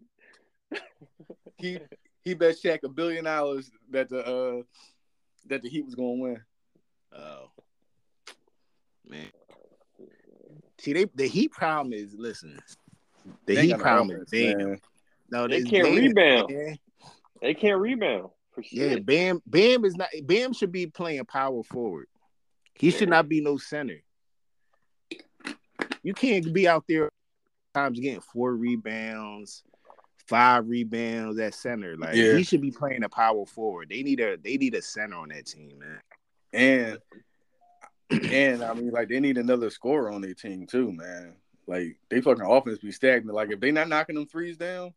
S3: He he bet Shaq a billion dollars that the uh that the Heat was gonna win.
S5: Oh man,
S4: See, they the Heat problem is listen. The
S3: They
S4: Heat
S3: got no
S4: problem
S3: offense,
S4: is Bam.
S3: man.
S4: No,
S2: They
S4: this
S2: can't
S4: Bam,
S2: rebound.
S4: man.
S2: they can't rebound for
S4: Yeah,
S2: shit.
S4: Bam. Bam is not. Bam should be playing power forward. He should not be no center. You can't be out there times getting four rebounds, five rebounds at center. Like
S3: Yeah.
S4: he should be playing a power forward. They need a they need a center on that team, man.
S3: And and I mean like they need another scorer on their team too, man. Like they fucking offense be stagnant. Like if they not knocking them threes down,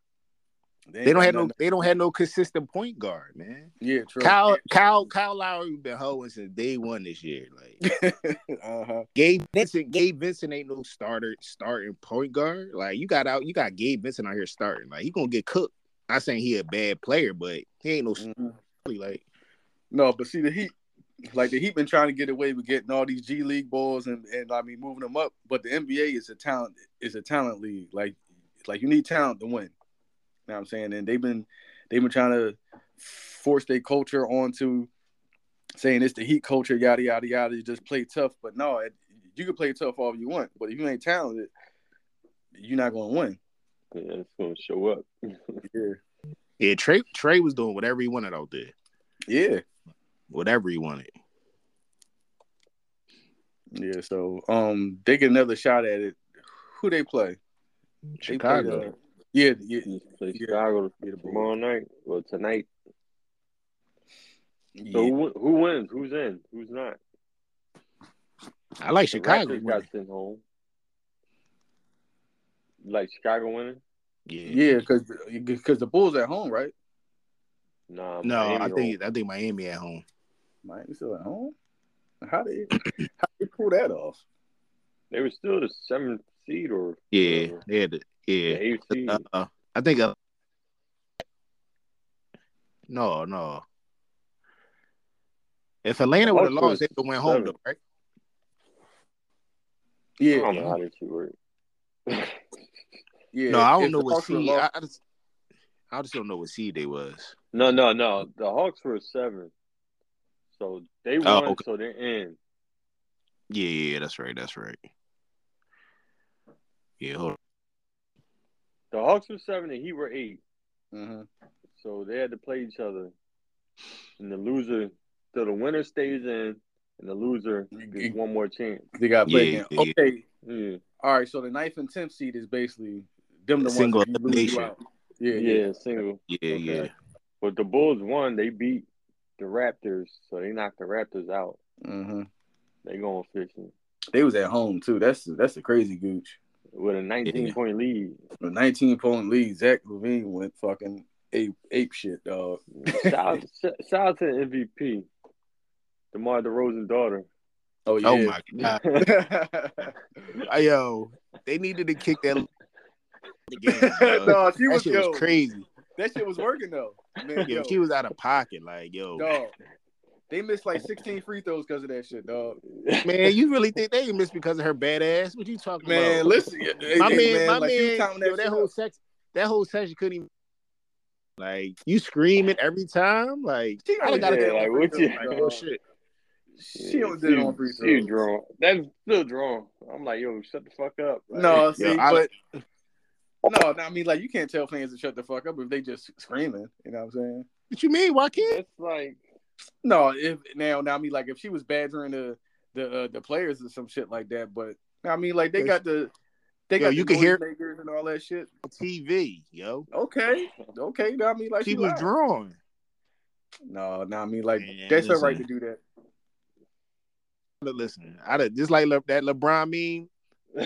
S3: ain't
S4: They don't
S3: got
S4: have no
S3: nothing-
S4: they don't have no consistent point guard, man.
S3: Yeah, true.
S4: Kyle Kyle Kyle Lowry been hoeing since day one this year. Like
S3: uh huh.
S4: Gabe Vincent, Gabe Vincent ain't no starter, starting point guard. Like you got out, you got Gabe Vincent out here starting. Like he gonna get cooked. Not saying he a bad player, but he ain't no starter. Like
S3: No, but see the Heat, like the Heat, been trying to get away with getting all these G League balls and and I mean moving them up. But the NBA is a talent is a talent league. Like like you need talent to win. You know what I'm saying? And they've been they've been trying to force their culture onto saying it's the Heat culture, yada yada yada. You just play tough, but no, it, you can play tough all you want, but if you ain't talented, you're not gonna win.
S2: Yeah, it's gonna show up.
S3: Yeah,
S4: yeah, Trey Trey was doing whatever he wanted out there,
S3: yeah.
S4: whatever he wanted.
S3: Yeah, so um, they get another shot at it. Who they play? They play, uh,
S4: Chicago,
S3: yeah, yeah,
S2: Play Chicago tomorrow night or tonight. So
S3: yeah.
S2: who, who wins? Who's in? Who's not?
S4: I like
S2: The
S4: Chicago.
S2: Raptors got sent home. Like Chicago winning?
S4: Yeah,
S3: Yeah, because because the Bulls at home, right?
S2: Nah.
S4: no,
S2: Miami
S4: I
S2: home.
S4: think I think Miami at home.
S3: Miami still at home. How they how they pull that off?
S2: they were still the seventh seed or
S4: Yeah,
S2: whatever.
S4: they had to,
S2: The
S4: yeah.
S2: eighth seed.
S4: Uh, I think. Uh, no, no. If Atlanta would have
S2: Lost was
S4: lost, they would went home
S2: seven.
S4: though, right?
S2: I
S3: Yeah,
S2: don't know how this shit work.
S3: yeah.
S4: No, I don't
S3: If
S4: know
S3: the
S4: what
S3: Hawks would've
S4: seed.
S3: lost-
S4: I, I just, I just don't know what seed they was.
S2: No, no, no. The Hawks were seven, so they won.
S4: Oh, okay.
S2: So they're in.
S4: Yeah, yeah, that's right, that's right. Yeah, hold on.
S2: The Hawks were seven, and he were eight.
S3: Mhm.
S2: So they had to play each other, and the loser, so the winner stays in, and the loser gets one more chance. Mm,
S3: They got played.
S4: Yeah,
S3: again.
S4: yeah.
S3: Okay,
S2: Yeah,
S3: all right. So the ninth and tenth seed is basically them the
S4: Single
S3: ones that you lose, you
S4: elimination.
S3: out. Yeah,
S2: yeah,
S3: yeah,
S2: single.
S4: Yeah,
S2: Okay.
S4: yeah.
S2: But the Bulls won. They beat the Raptors, so they knocked the Raptors out.
S3: hmm
S2: They going fishing
S3: They was at home too. That's that's a crazy gooch.
S2: with a 19
S4: Yeah.
S2: point lead.
S3: A 19 point lead, Zach Levine went fucking ape, ape shit, dog.
S2: Shout out, shout out to the MVP, DeMar DeRozan's daughter.
S3: Oh,
S4: Oh my god,
S3: no,
S4: Ay, yo, they needed to kick that. the game, bro.
S3: she
S4: that
S3: was,
S4: shit
S3: yo,
S4: was crazy.
S3: That shit was working though. Man,
S4: Yo,
S3: yo,
S4: she was out of pocket. Like, yo,
S3: dog. They missed like 16 free throws because of that shit, dog.
S4: man, you really think they missed because of her badass? What you talking about?
S3: Man, listen,
S4: my
S3: hey,
S4: man,
S3: man,
S4: my
S3: like, you
S4: man,
S3: counting
S4: yo, that,
S3: shit
S4: whole
S3: up.
S4: sex, that whole session couldn't even. Like you screaming every time, like
S3: She
S4: I
S3: only
S4: gotta
S3: did
S4: get
S3: it
S2: like,
S3: on
S2: what
S3: free
S2: you-
S4: like,
S3: throws,
S4: oh
S3: dog.
S4: shit.
S3: She only did it on free
S2: She
S3: throws.
S2: was drawn. That's still drawn. I'm like, yo, shut the fuck up. Like,
S3: No, see,
S4: I-
S3: but no, no, I mean, like, you can't tell fans to shut the fuck up if they just screaming. You know what I'm saying?
S4: What you mean? Why can't?
S2: that's like,
S3: No, if now, now I mean, like, if she was bad during the the the uh, the players and some shit like that. But I mean, like they got the they
S4: Yo,
S3: got the
S4: you can hear-
S3: noisemakers and all that shit.
S4: TV, yo.
S3: Okay, okay. I mean, like
S4: She
S3: you
S4: was
S3: out.
S4: drawing.
S3: No, no. I mean, like
S4: Man,
S3: that's her right to
S5: listen.
S3: do that.
S4: But listen, I done- just like Le- that LeBron meme.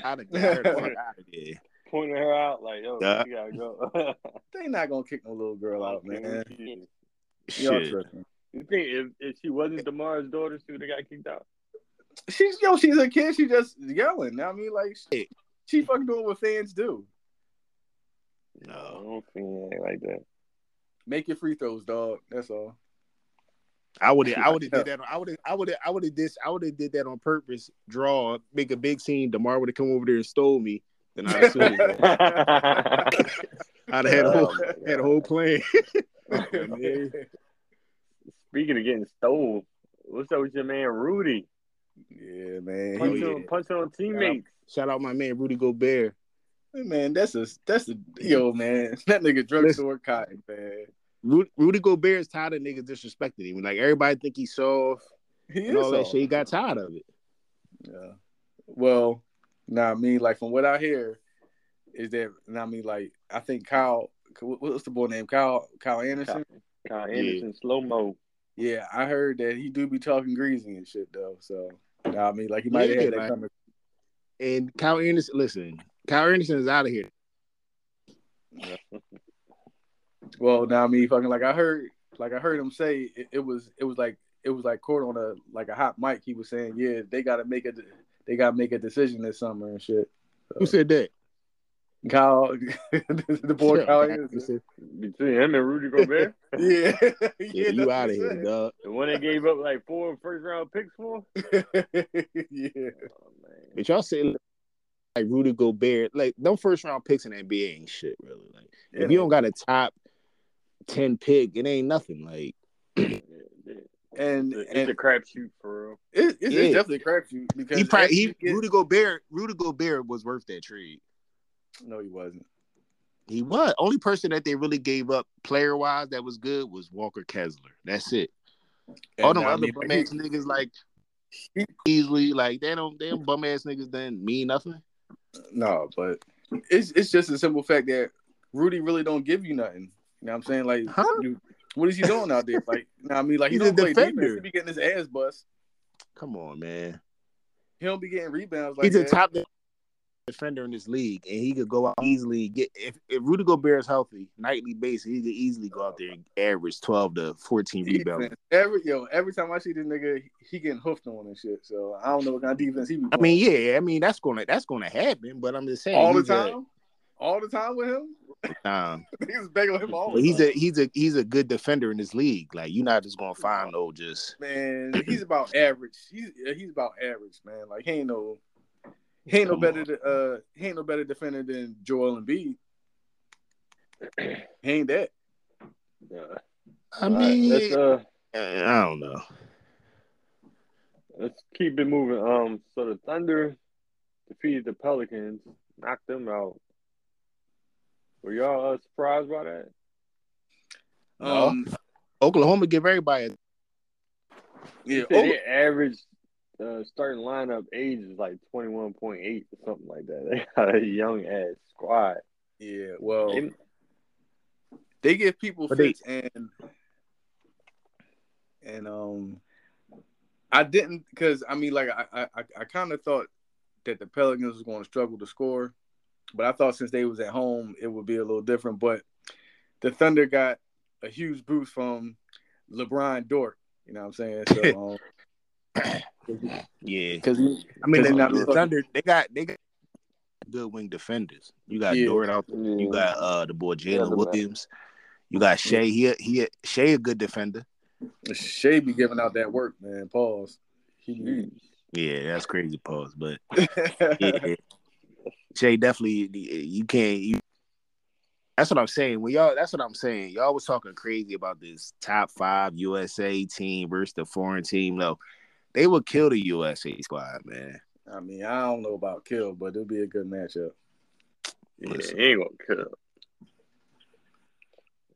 S4: I done got her the fuck out of there.
S2: Pointing her out like, yo,
S5: Yeah.
S2: you gotta go.
S3: They not gonna kick no little girl out, Oh, man.
S2: You
S3: Y'all
S5: Shit.
S3: tripping.
S2: think if, if she wasn't Demar's daughter, she would have got kicked out?
S3: She's yo, she's a kid. She just yelling. I mean, like she, she fucking doing what fans do. Oh.
S2: I
S5: No.
S2: don't think it ain't like that.
S3: Make your free throws, dog. That's all.
S4: I would have I would have did that on, I would have I would have I would have this I would have did that on purpose, draw, make a big scene, DeMar would have come over there and stole me. Then I'd have sued him. I'd have
S3: Oh,
S4: had a whole had a whole plan.
S2: Speaking of getting stole, what's up with your man Rudy?
S3: Yeah, man.
S2: Punching,
S3: He-
S2: on, punching on teammates.
S4: Shout out my man Rudy Gobert.
S3: man, that's a that's a yo, man. That nigga drugstore cotton, man.
S4: Rudy, Rudy Gobert is tired of niggas disrespecting him. Like everybody think he's soft
S3: He is
S4: and all that
S3: soft.
S4: shit. He got tired of it.
S3: Yeah. Well, nah, I mean, like from what I hear, is that nah, I mean, like I think Kyle, what- what's the boy name? Kyle, Kyle Anderson.
S2: Kyle Anderson slow mo.
S3: Yeah, I heard that he do be talking greasy and shit though. So nah, I mean, like he might have
S4: Yeah,
S3: had that
S4: like-
S3: coming.
S4: And Kyle Anderson, listen, Kyle Anderson is out of here.
S3: Well, nah, I mean, fucking like I heard, like I heard him say it, it was, it was like it was like court on a like a hot mic. He was saying, yeah, they got to make a, they got to make a decision this summer and shit.
S4: Who said that?
S3: Kyle, the boy
S4: Yeah,
S3: Kyle
S4: Kyle
S3: Anderson.
S4: Anderson.
S2: Between him and Rudy Gobert,
S3: Yeah,
S4: Yeah, you out of here, dog.
S2: the one they gave up like four first round picks for.
S3: yeah,
S2: Oh, man.
S4: But y'all say like Rudy Gobert, like them first round picks in the NBA ain't shit really. Like if you don't got a top ten pick, it ain't nothing. Like
S3: and
S2: It's,
S3: and
S2: a crapshoot for real.
S3: it, it's,
S4: Yeah.
S3: it's definitely crapshoot because
S4: he probably
S3: every
S4: he,
S3: kid-
S4: Rudy Gobert, Rudy Gobert was worth that trade.
S3: no, he wasn't.
S4: He was only person that they really gave up player wise that was good was Walker Kessler. That's it. All
S3: And,
S4: them
S3: I
S4: other
S3: mean,
S4: bum
S3: like,
S4: ass niggas like easily like they don't they them bum ass niggas didn't mean nothing.
S3: No, but it's it's just a simple fact that Rudy really don't give you nothing. You know what I'm saying? Like,
S4: Huh?
S3: you- what is he doing out there? Like, you know what I mean, like he
S4: He's
S3: don't
S4: a
S3: play defense.
S4: defender.
S3: He be getting his ass bust.
S4: Come on, man.
S3: He don't be getting rebounds. Like
S4: He's a
S3: that.
S4: top defender in this league, and he could go out easily. Get if, if Rudy Gobert is healthy, nightly basis, he could easily go out there and average twelve to fourteen rebounds.
S3: defense. Every yo, every time I see this nigga, he getting hoofed on and shit. So I don't know what kind of defense he be.
S4: I
S3: playing.
S4: mean, yeah, I mean that's gonna that's gonna happen, but I'm just saying
S3: all the
S4: he's a-
S3: time, all the time with him.
S4: um,
S3: Niggas begging him all.
S4: but
S3: the
S4: he's
S3: time.
S4: a he's a he's a good defender in this league. Like you're not just gonna find no just
S3: man. He's about average. He's he's about average, man. Like he ain't no he ain't no
S4: Come
S3: better.
S4: on.
S3: Than, uh, he ain't no better defender than Joel Embiid. he ain't that.
S2: Yeah.
S4: I
S2: All right, let's,
S4: mean
S2: uh,
S4: I don't know.
S2: Let's keep it moving. Um, so the Thunder defeated the Pelicans, knocked them out. Were y'all uh, surprised by that?
S4: No.
S3: Um,
S4: Oklahoma give everybody a-
S3: yeah,
S2: They
S3: oh,
S2: their average uh, starting lineup age is like twenty one point eight or something like that. They got a young ass squad.
S3: yeah. Well,
S2: They-
S3: they give people
S4: But they-
S3: fits and and um I didn't because I mean like I I- I, I kind of thought that the Pelicans was going to struggle to score, but I thought since they was at home it would be a little different. But the Thunder got a huge boost from LeBron Dort. You know what I'm saying? So um,
S4: yeah.
S3: because
S4: I mean
S3: Cause
S4: the,
S3: not-
S4: the Thunder they got they got good wing defenders. You got
S3: Yeah.
S4: Dort out
S2: Yeah.
S4: You got uh the boy
S2: Yeah, the
S4: Jalen
S2: man.
S4: Williams. You got Shea. He he Shea a good defender.
S3: um, Shea be giving out that work, man. Pause. He,
S2: Jeez.
S4: Yeah, that's crazy pause, but yeah. Shea definitely you can't you that's what I'm saying. When y'all that's what I'm saying. Y'all was talking crazy about this top five USA team versus the foreign team. No, they would kill the USA squad, man.
S3: I mean, I don't know about Kill, but it'll be a good matchup.
S2: Yeah, they ain't gonna cut.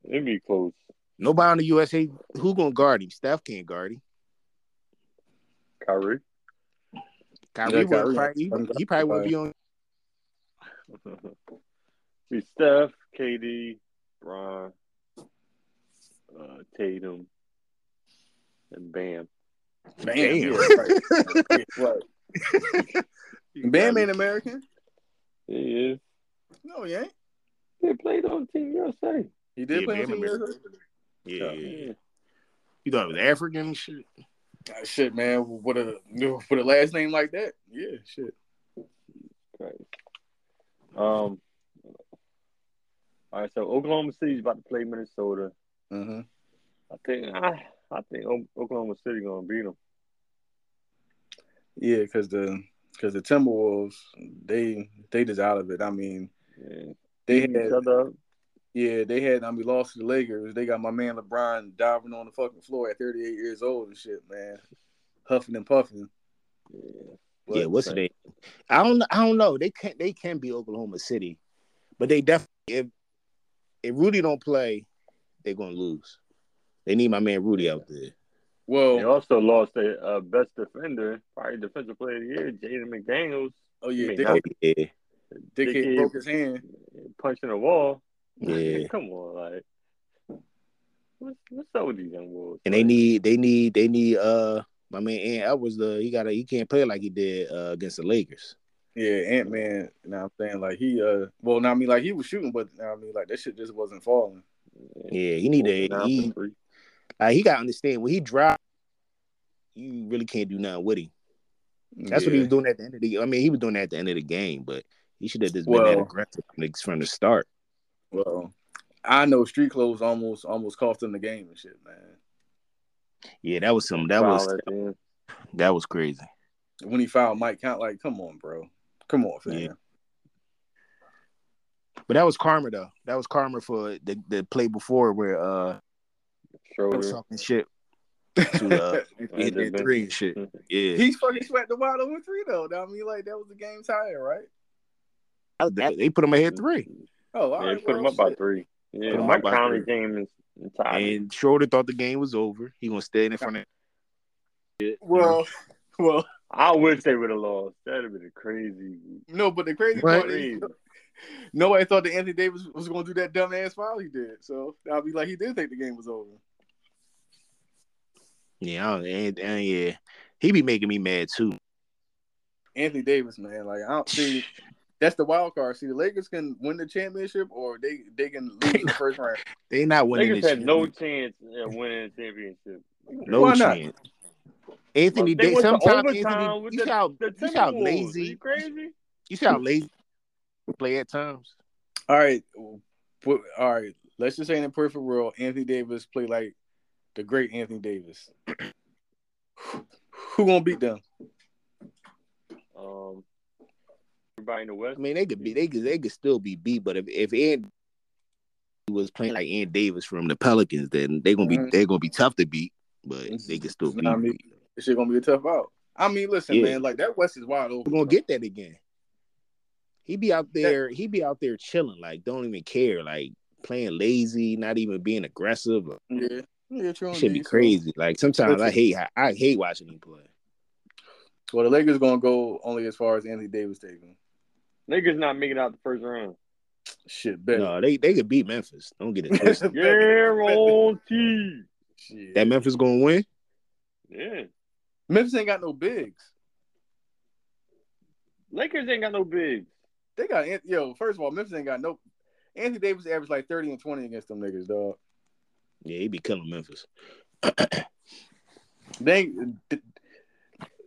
S2: It'd be close.
S4: Nobody on the USA who gonna guard him? Steph can't guard him.
S2: Kyrie.
S4: Kyrie,
S3: Yeah,
S4: would
S3: Kyrie.
S4: probably,
S3: I'm-
S4: he probably would be on.
S2: We Steph, KD, Bron, uh, Tatum, and Bam.
S4: Damn.
S3: yeah, right. Yeah, right. Bam
S2: Probably-
S3: ain't American.
S2: Yeah, yeah.
S3: No, he ain't.
S2: He played on Team USA.
S3: He did
S4: Yeah,
S3: play
S4: Bam
S3: on Team
S4: American.
S3: USA?
S2: Oh,
S4: Yeah, you thought it was African and shit.
S3: Ah, shit, man. What a with a last name like that. Yeah, shit.
S2: Right. Um. All right, so Oklahoma City's about to play Minnesota.
S3: Mm-hmm.
S2: I think I, I think O- Oklahoma City gonna beat them.
S3: Yeah, because the because the Timberwolves they they just out of it. I mean,
S2: Yeah.
S3: they
S2: Beat each
S3: had
S2: other up.
S3: yeah they had I mean lost to the Lakers. They got my man LeBron diving on the fucking floor at 38 years old and shit, man, huffing and puffing.
S4: yeah, what's the name? I don't. I don't know. They can. They can be Oklahoma City, but they definitely. If if Rudy don't play, they're gonna lose. They need my man Rudy out there.
S2: They
S3: Well,
S2: also lost their uh, best defender, probably defensive player of the year, Jaden McDaniels,
S3: oh yeah,
S2: mean,
S3: Dick,
S4: Oh yeah,
S3: Dick
S2: Dickhead.
S3: broke his hand.
S2: punching a wall.
S4: yeah.
S2: Come on, like what's what's up with these young wolves?
S4: And they
S2: like?
S4: need. They need. They need. Uh, my man Ant Edwards. The he got. to He can't play like he did uh, against the Lakers.
S3: Yeah, Ant Man. You know what I'm saying like he uh well, now I mean like he was shooting, but nah, I mean like that shit just wasn't falling.
S4: Yeah, he need a.
S2: Now for
S4: He
S2: free.
S4: like, he got to understand when he drives. You really can't do nothing with him. That's what he was
S3: Yeah.
S4: doing at the end of the. I mean, he was doing that at the end of the game, but he should have just been that
S3: Well-
S4: aggressive from the- from the start.
S3: Well, I know street clothes almost almost cost him the game and shit, man.
S4: Yeah, that was some. That was
S2: Foul at the end.
S4: that was crazy.
S3: When he fouled Mike Count, like, come on, bro, come on, fam.
S4: Yeah. But that was karma though. That was karma for the, the play before where uh I was
S2: Schroeder.
S4: talking shit to uh
S2: And
S4: hit
S2: then
S4: that three and shit.
S2: Mm-hmm.
S4: Yeah.
S3: he fucking swept the wide open three though. I mean, like that was the game tie, right?
S4: That- they put him ahead three.
S3: Oh, all
S2: Mm-hmm. Yeah,
S3: right,
S2: put him
S3: well,
S2: up by
S3: shit.
S2: three. Yeah,
S4: Put 'em
S2: Mike
S4: up by
S2: Conley
S4: three.
S2: came and, and tied. it.
S4: And Schroeder thought the game was over. He gonna stand in front of
S3: Well, well,
S2: I wish they would have lost. That'd have been a crazy,
S3: no, but the crazy
S4: What?
S3: part
S2: crazy.
S3: is nobody thought that Anthony Davis was going to do that dumb ass foul he did. So I'll be like, he did think the game was over.
S4: Yeah, I don't- and, and yeah. He be making me mad too.
S3: Anthony Davis, man, like I don't see. That's the wild card. See, the Lakers can win the championship, or they they can lose in the first round.
S4: They not winning
S2: Lakers
S4: this
S2: had
S4: shit.
S2: no chance at winning the championship.
S4: no
S3: Why not?
S4: chance. Anthony
S2: They
S4: Davis
S2: went to
S4: sometimes
S2: overtime
S4: Anthony,
S2: with
S4: you see how
S2: The
S4: you see how
S2: Timberwolves,
S4: lazy
S2: Are you crazy?
S4: you see how lazy he play at times.
S3: All right, but, all right. Let's just say in a perfect world, Anthony Davis play like the great Anthony Davis. Who gonna beat them?
S2: Um, everybody in the West.
S4: I mean, they could be, they could, they could still be beat. But if if Ed was playing like Ed Davis from the Pelicans, then they gonna be
S3: Mhm.
S4: they gonna be tough to beat. But
S3: This
S4: they could still
S3: Nah,
S4: be.
S3: I mean, this shit gonna be a tough out. I mean, listen,
S4: Yeah.
S3: man, like that West is wide
S4: We're
S3: open.
S4: gonna get that again. He be out there, he be out there chilling, like don't even care, like playing lazy, not even being aggressive.
S3: Yeah, Oh, yeah, true.
S4: It should be
S3: indeed. So-
S4: crazy. Like sometimes I
S3: Listen.
S4: hate I hate watching him play.
S3: Well, the Lakers gonna go only as far as Anthony Davis taking.
S2: Lakers not making out the first round.
S3: Shit, bet.
S4: No, they they could beat Memphis. Don't get it. twisted.
S2: Guarantee.
S3: Shit.
S4: that Memphis gonna win.
S2: Yeah.
S3: Memphis ain't got no bigs.
S2: Lakers ain't got no bigs.
S3: They got Ant- yo. First of all, Memphis ain't got no. Anthony Davis averaged like thirty and twenty against them niggas, dog.
S4: Yeah, he be killing Memphis.
S3: They ain't- d-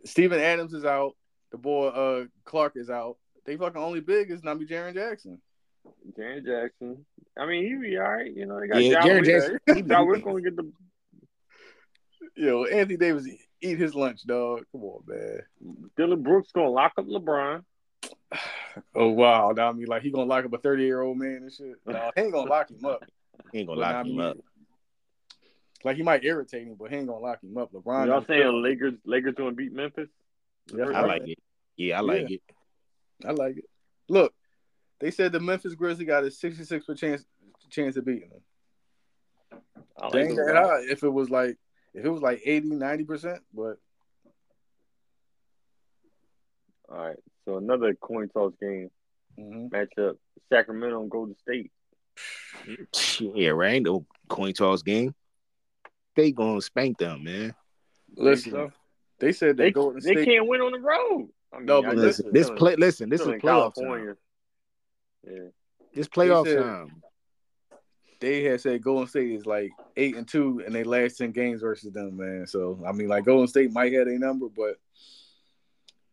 S3: Steven Adams is out. The boy uh Clark is out. They fucking only big is Nami Jaron Jackson.
S2: Jaron Jackson. I mean, he be all right. You know, they got
S4: Yeah,
S2: John
S4: Jaron
S2: Wick.
S4: Jackson. he be-
S2: John Wick gonna get the
S3: Yo, Anthony Davis eat his lunch, dog. Come on, man.
S2: Dylan Brooks gonna lock up LeBron.
S3: Oh wow, now I mean like he gonna lock up a thirty year old man and shit. No, he ain't gonna lock him up.
S4: he ain't gonna
S3: But
S4: lock
S3: I
S4: him
S3: mean,
S4: up.
S3: Like he might irritate him, but he ain't gonna lock him up. LeBron,
S2: Y'all saying Lakers? Lakers gonna beat Memphis?
S3: That's
S4: I like it. Yeah, I like it.
S3: I like it. Look, they said the Memphis Grizzlies got a sixty six percent chance chance of beating them.
S2: I like
S3: They ain't that
S2: it.
S3: high if it was like if it was like 80, 90 percent, but
S2: All right. So another coin toss game
S3: Mm-hmm.
S2: matchup: Sacramento and Golden State.
S4: Yeah, right. No coin toss game. They gonna spank them, man.
S3: Listen,
S2: So
S3: they said
S2: they
S3: that Golden
S2: they
S3: State.
S2: can't win on the road. I mean,
S3: No,
S2: I
S3: but
S2: guess
S4: Listen,
S2: it's
S4: this
S2: still in-
S4: play. Listen, this is
S2: still in
S4: playoff time.
S2: Yeah.
S4: This playoff
S3: They said-
S4: time.
S3: They had said Golden State is like eight and two in their last ten games versus them, man. So I mean, like Golden State might have a number, but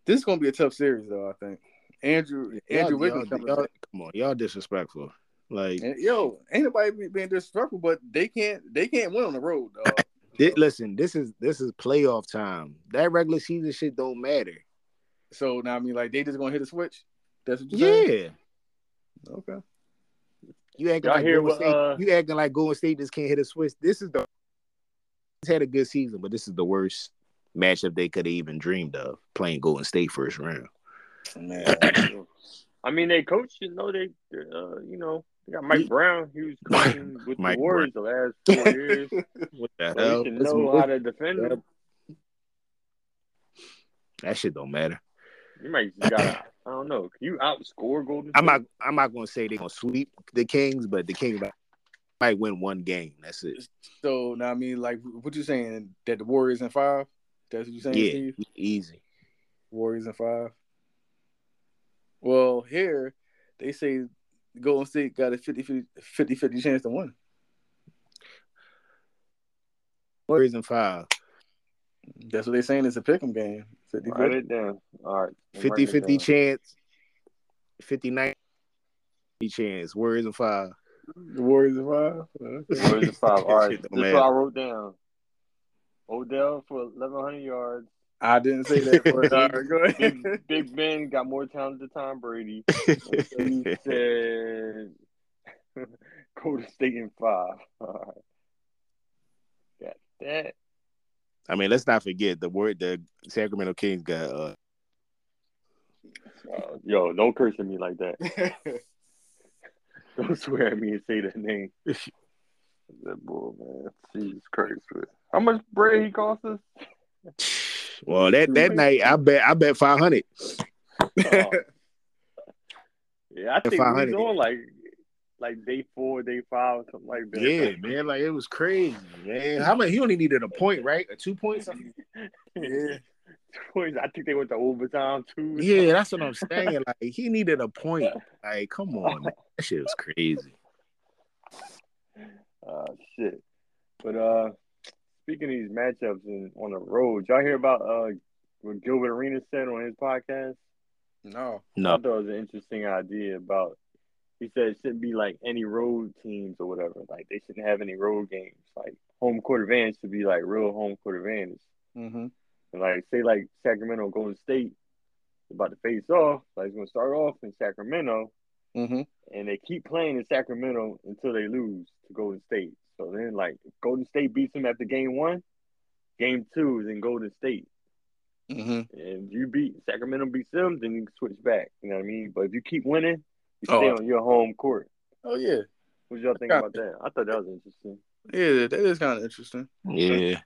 S3: this is gonna be a tough series, though. I think Andrew Andrew
S4: Y'all-
S3: Wiggins
S4: y'all-
S3: coming
S4: y'all-
S3: back.
S4: come on, y'all disrespectful. Like,
S3: And, yo, ain't nobody be- being disrespectful, but they can't they can't win on the road, dog.
S4: thi- listen, this is this is playoff time. That regular season shit don't matter.
S3: So now I mean, like they just gonna hit a switch. That's what you're saying.
S4: Yeah,
S3: Okay.
S4: you acting
S2: Y'all
S4: like
S2: hear
S4: Golden
S2: what,
S4: State,
S2: uh,
S4: you acting like Golden State just can't hit a switch. This is the it's had a good season, but this is the worst matchup they could have even dreamed of playing Golden State first round.
S3: Man.
S2: I mean, they coach, you know, they, they're, uh, you know, they got Mike Brown. He was coaching with
S4: Mike
S2: the Warriors the last four years.
S4: What the
S2: So
S4: hell?
S2: he should
S4: This-
S2: know how to defend them.
S4: that shit don't matter.
S2: You might just gotta, I don't know. Can you outscore Golden?
S4: I'm not.
S2: State?
S4: I'm not gonna say they're gonna sweep the Kings, but the Kings might- might win one game. That's it.
S3: So now I mean, like what you saying that the Warriors in five? That's what you saying,
S4: Yeah.
S3: Steve?
S4: Easy.
S3: Warriors in five. Well, here they say Golden State got a 50 50, 50 chance to win.
S4: Warriors in five.
S3: That's what they're saying. It's a pick'em game. 50
S2: Write it down. All right. I'm writing
S4: 50
S2: it
S4: 50
S2: down.
S4: chance. 59 chance. Warriors in five.
S3: The Warriors in five. Okay.
S2: Warriors in five. All right.
S4: Shit
S2: This
S4: don't
S2: is what
S4: matter.
S2: I wrote down. Odell for 1,100 yards.
S3: I didn't say that. Mm-hmm, But, all right, go
S2: Big,
S3: ahead.
S2: Big Ben got more talent than Tom Brady. So you said Golden State in five. All right. Got that.
S4: I mean, let's not forget the word the Sacramento Kings got uh
S2: Uh, yo, don't curse at me like that. Don't swear at me and say that name. that boy, man. Jesus Christ. Man. How much bread he cost us?
S4: well that that night I bet I bet five hundred.
S2: Oh. yeah, I think we was
S4: 500.
S2: on like like day four, day five, something like that.
S4: Yeah, man, like it was crazy, man. How much he only needed a point, right? A two points?
S2: yeah. I think they went to overtime too.
S4: Yeah, that's what I'm saying. Like he needed a point. Like, come on, man. that shit was crazy.
S2: Uh, shit. But uh, speaking of these matchups and on the road, y'all hear about uh what Gilbert Arenas said on his podcast?
S3: no.
S2: I
S4: No,
S2: thought it was an interesting idea about. He said it shouldn't be like any road teams or whatever. Like they shouldn't have any road games. Like home court advantage should be like real home court advantage.
S3: Mm-hmm.
S2: And like say like Sacramento and Golden State about to face off. Like it's gonna start off in Sacramento
S3: Mm-hmm.
S2: and they keep playing in Sacramento until they lose to Golden State. So then like if Golden State beats them after game one, game two is in Golden State.
S3: Mm-hmm.
S2: And if you beat Sacramento beats them, then you can switch back. You know what I mean? But if you keep winning, you
S3: Oh.
S2: stay on your home court.
S3: Oh yeah.
S2: What y'all think about that? I thought that was interesting.
S3: Yeah, that is kind of interesting.
S4: yeah,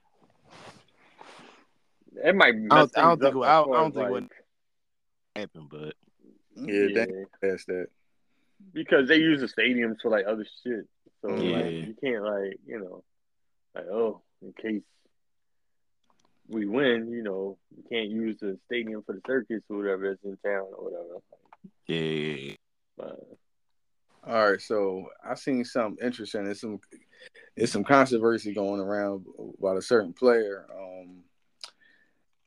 S2: It might.
S4: I
S2: mess
S4: don't, I don't
S2: things
S4: think
S2: up as
S4: I don't, I
S2: far
S4: don't
S2: as,
S4: think
S2: like,
S4: what happened, but
S3: Yeah,
S2: yeah.
S3: that- That's that.
S2: because they use the stadiums for like other shit. So
S4: Yeah.
S2: like you can't like you know like oh in case we win, you know you can't use the stadium for the circus or whatever that's in town or whatever.
S4: yeah,
S2: But
S3: All right, so I seen something interesting. There's some there's some controversy going around about a certain player. Um,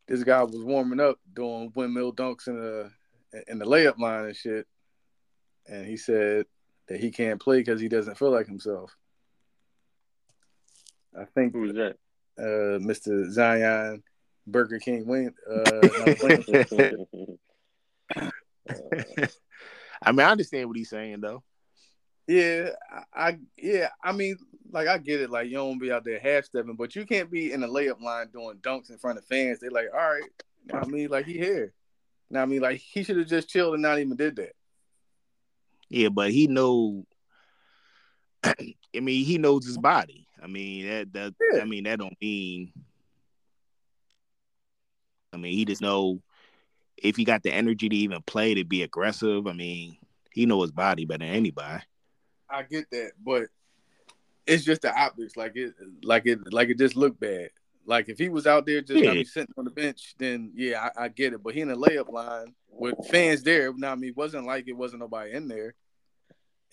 S3: this guy was warming up doing windmill dunks in the in the layup line and shit, and he said that he can't play because he doesn't feel like himself. I think
S2: who was that?
S3: uh, Mr. Zion Burger King Wayne. Uh, not Wayne.
S2: Uh,
S4: I mean, I understand what he's saying though.
S3: Yeah, I, I yeah, I mean, like I get it. Like you don't be out there half stepping, but you can't be in the layup line doing dunks in front of fans. They're like, all right, now I mean, like he here. Now I mean, like he should have just chilled and not even did that.
S4: Yeah, but he know. I mean, he knows his body. I mean that that
S3: Yeah.
S4: I mean that don't mean. I mean, he just know if he got the energy to even play to be aggressive, I mean, he know his body better than anybody.
S3: I get that, but it's just the optics. Like it, like it, like it just looked bad. Like if he was out there just I mean,
S4: Yeah.
S3: sitting on the bench, then yeah, I, I get it. But he in the layup line with fans there. Now I mean, it wasn't like it wasn't nobody in there,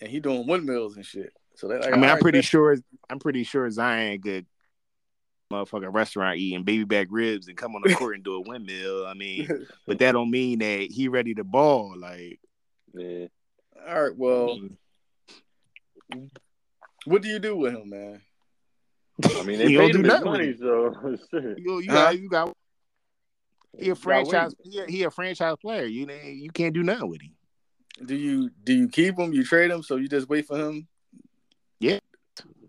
S3: and he doing windmills and shit. So that, like,
S4: I mean, I'm
S3: alright,
S4: pretty
S3: bet.
S4: sure I'm pretty sure Zion could motherfucking restaurant eating baby back ribs and come on the court and do a windmill. I mean, but that don't mean that he ready to ball. Like,
S2: Yeah.
S3: All right, well,
S2: Mm-hmm.
S3: what do you do with him, man?
S2: I mean, they
S4: He don't
S2: paid
S4: do
S2: him his
S4: nothing with
S2: money, so shit.
S4: you you,
S3: Huh?
S4: got, you got he a
S2: Got
S4: franchise
S2: wings.
S4: he a, he a franchise player. You you can't do nothing with him.
S3: Do you do you keep him? You trade him? So you just wait for him?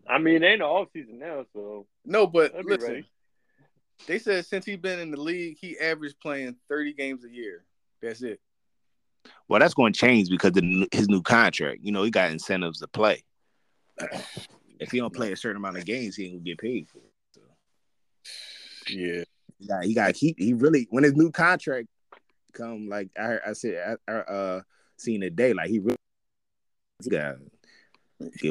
S2: I mean, they in the offseason now, so
S3: No, but
S2: I'd be
S3: listen,
S2: ready.
S3: they said since he's been in the league, he averaged playing thirty games a year. That's it.
S4: Well, that's going to change because the, new- his new contract. You know, he got incentives to play. If he don't play a certain amount of games, he ain't gonna get paid for it. So
S3: Yeah.
S4: he got he got keep he really when his new contract come like I heard, I said I, I uh seen a day like he really he got get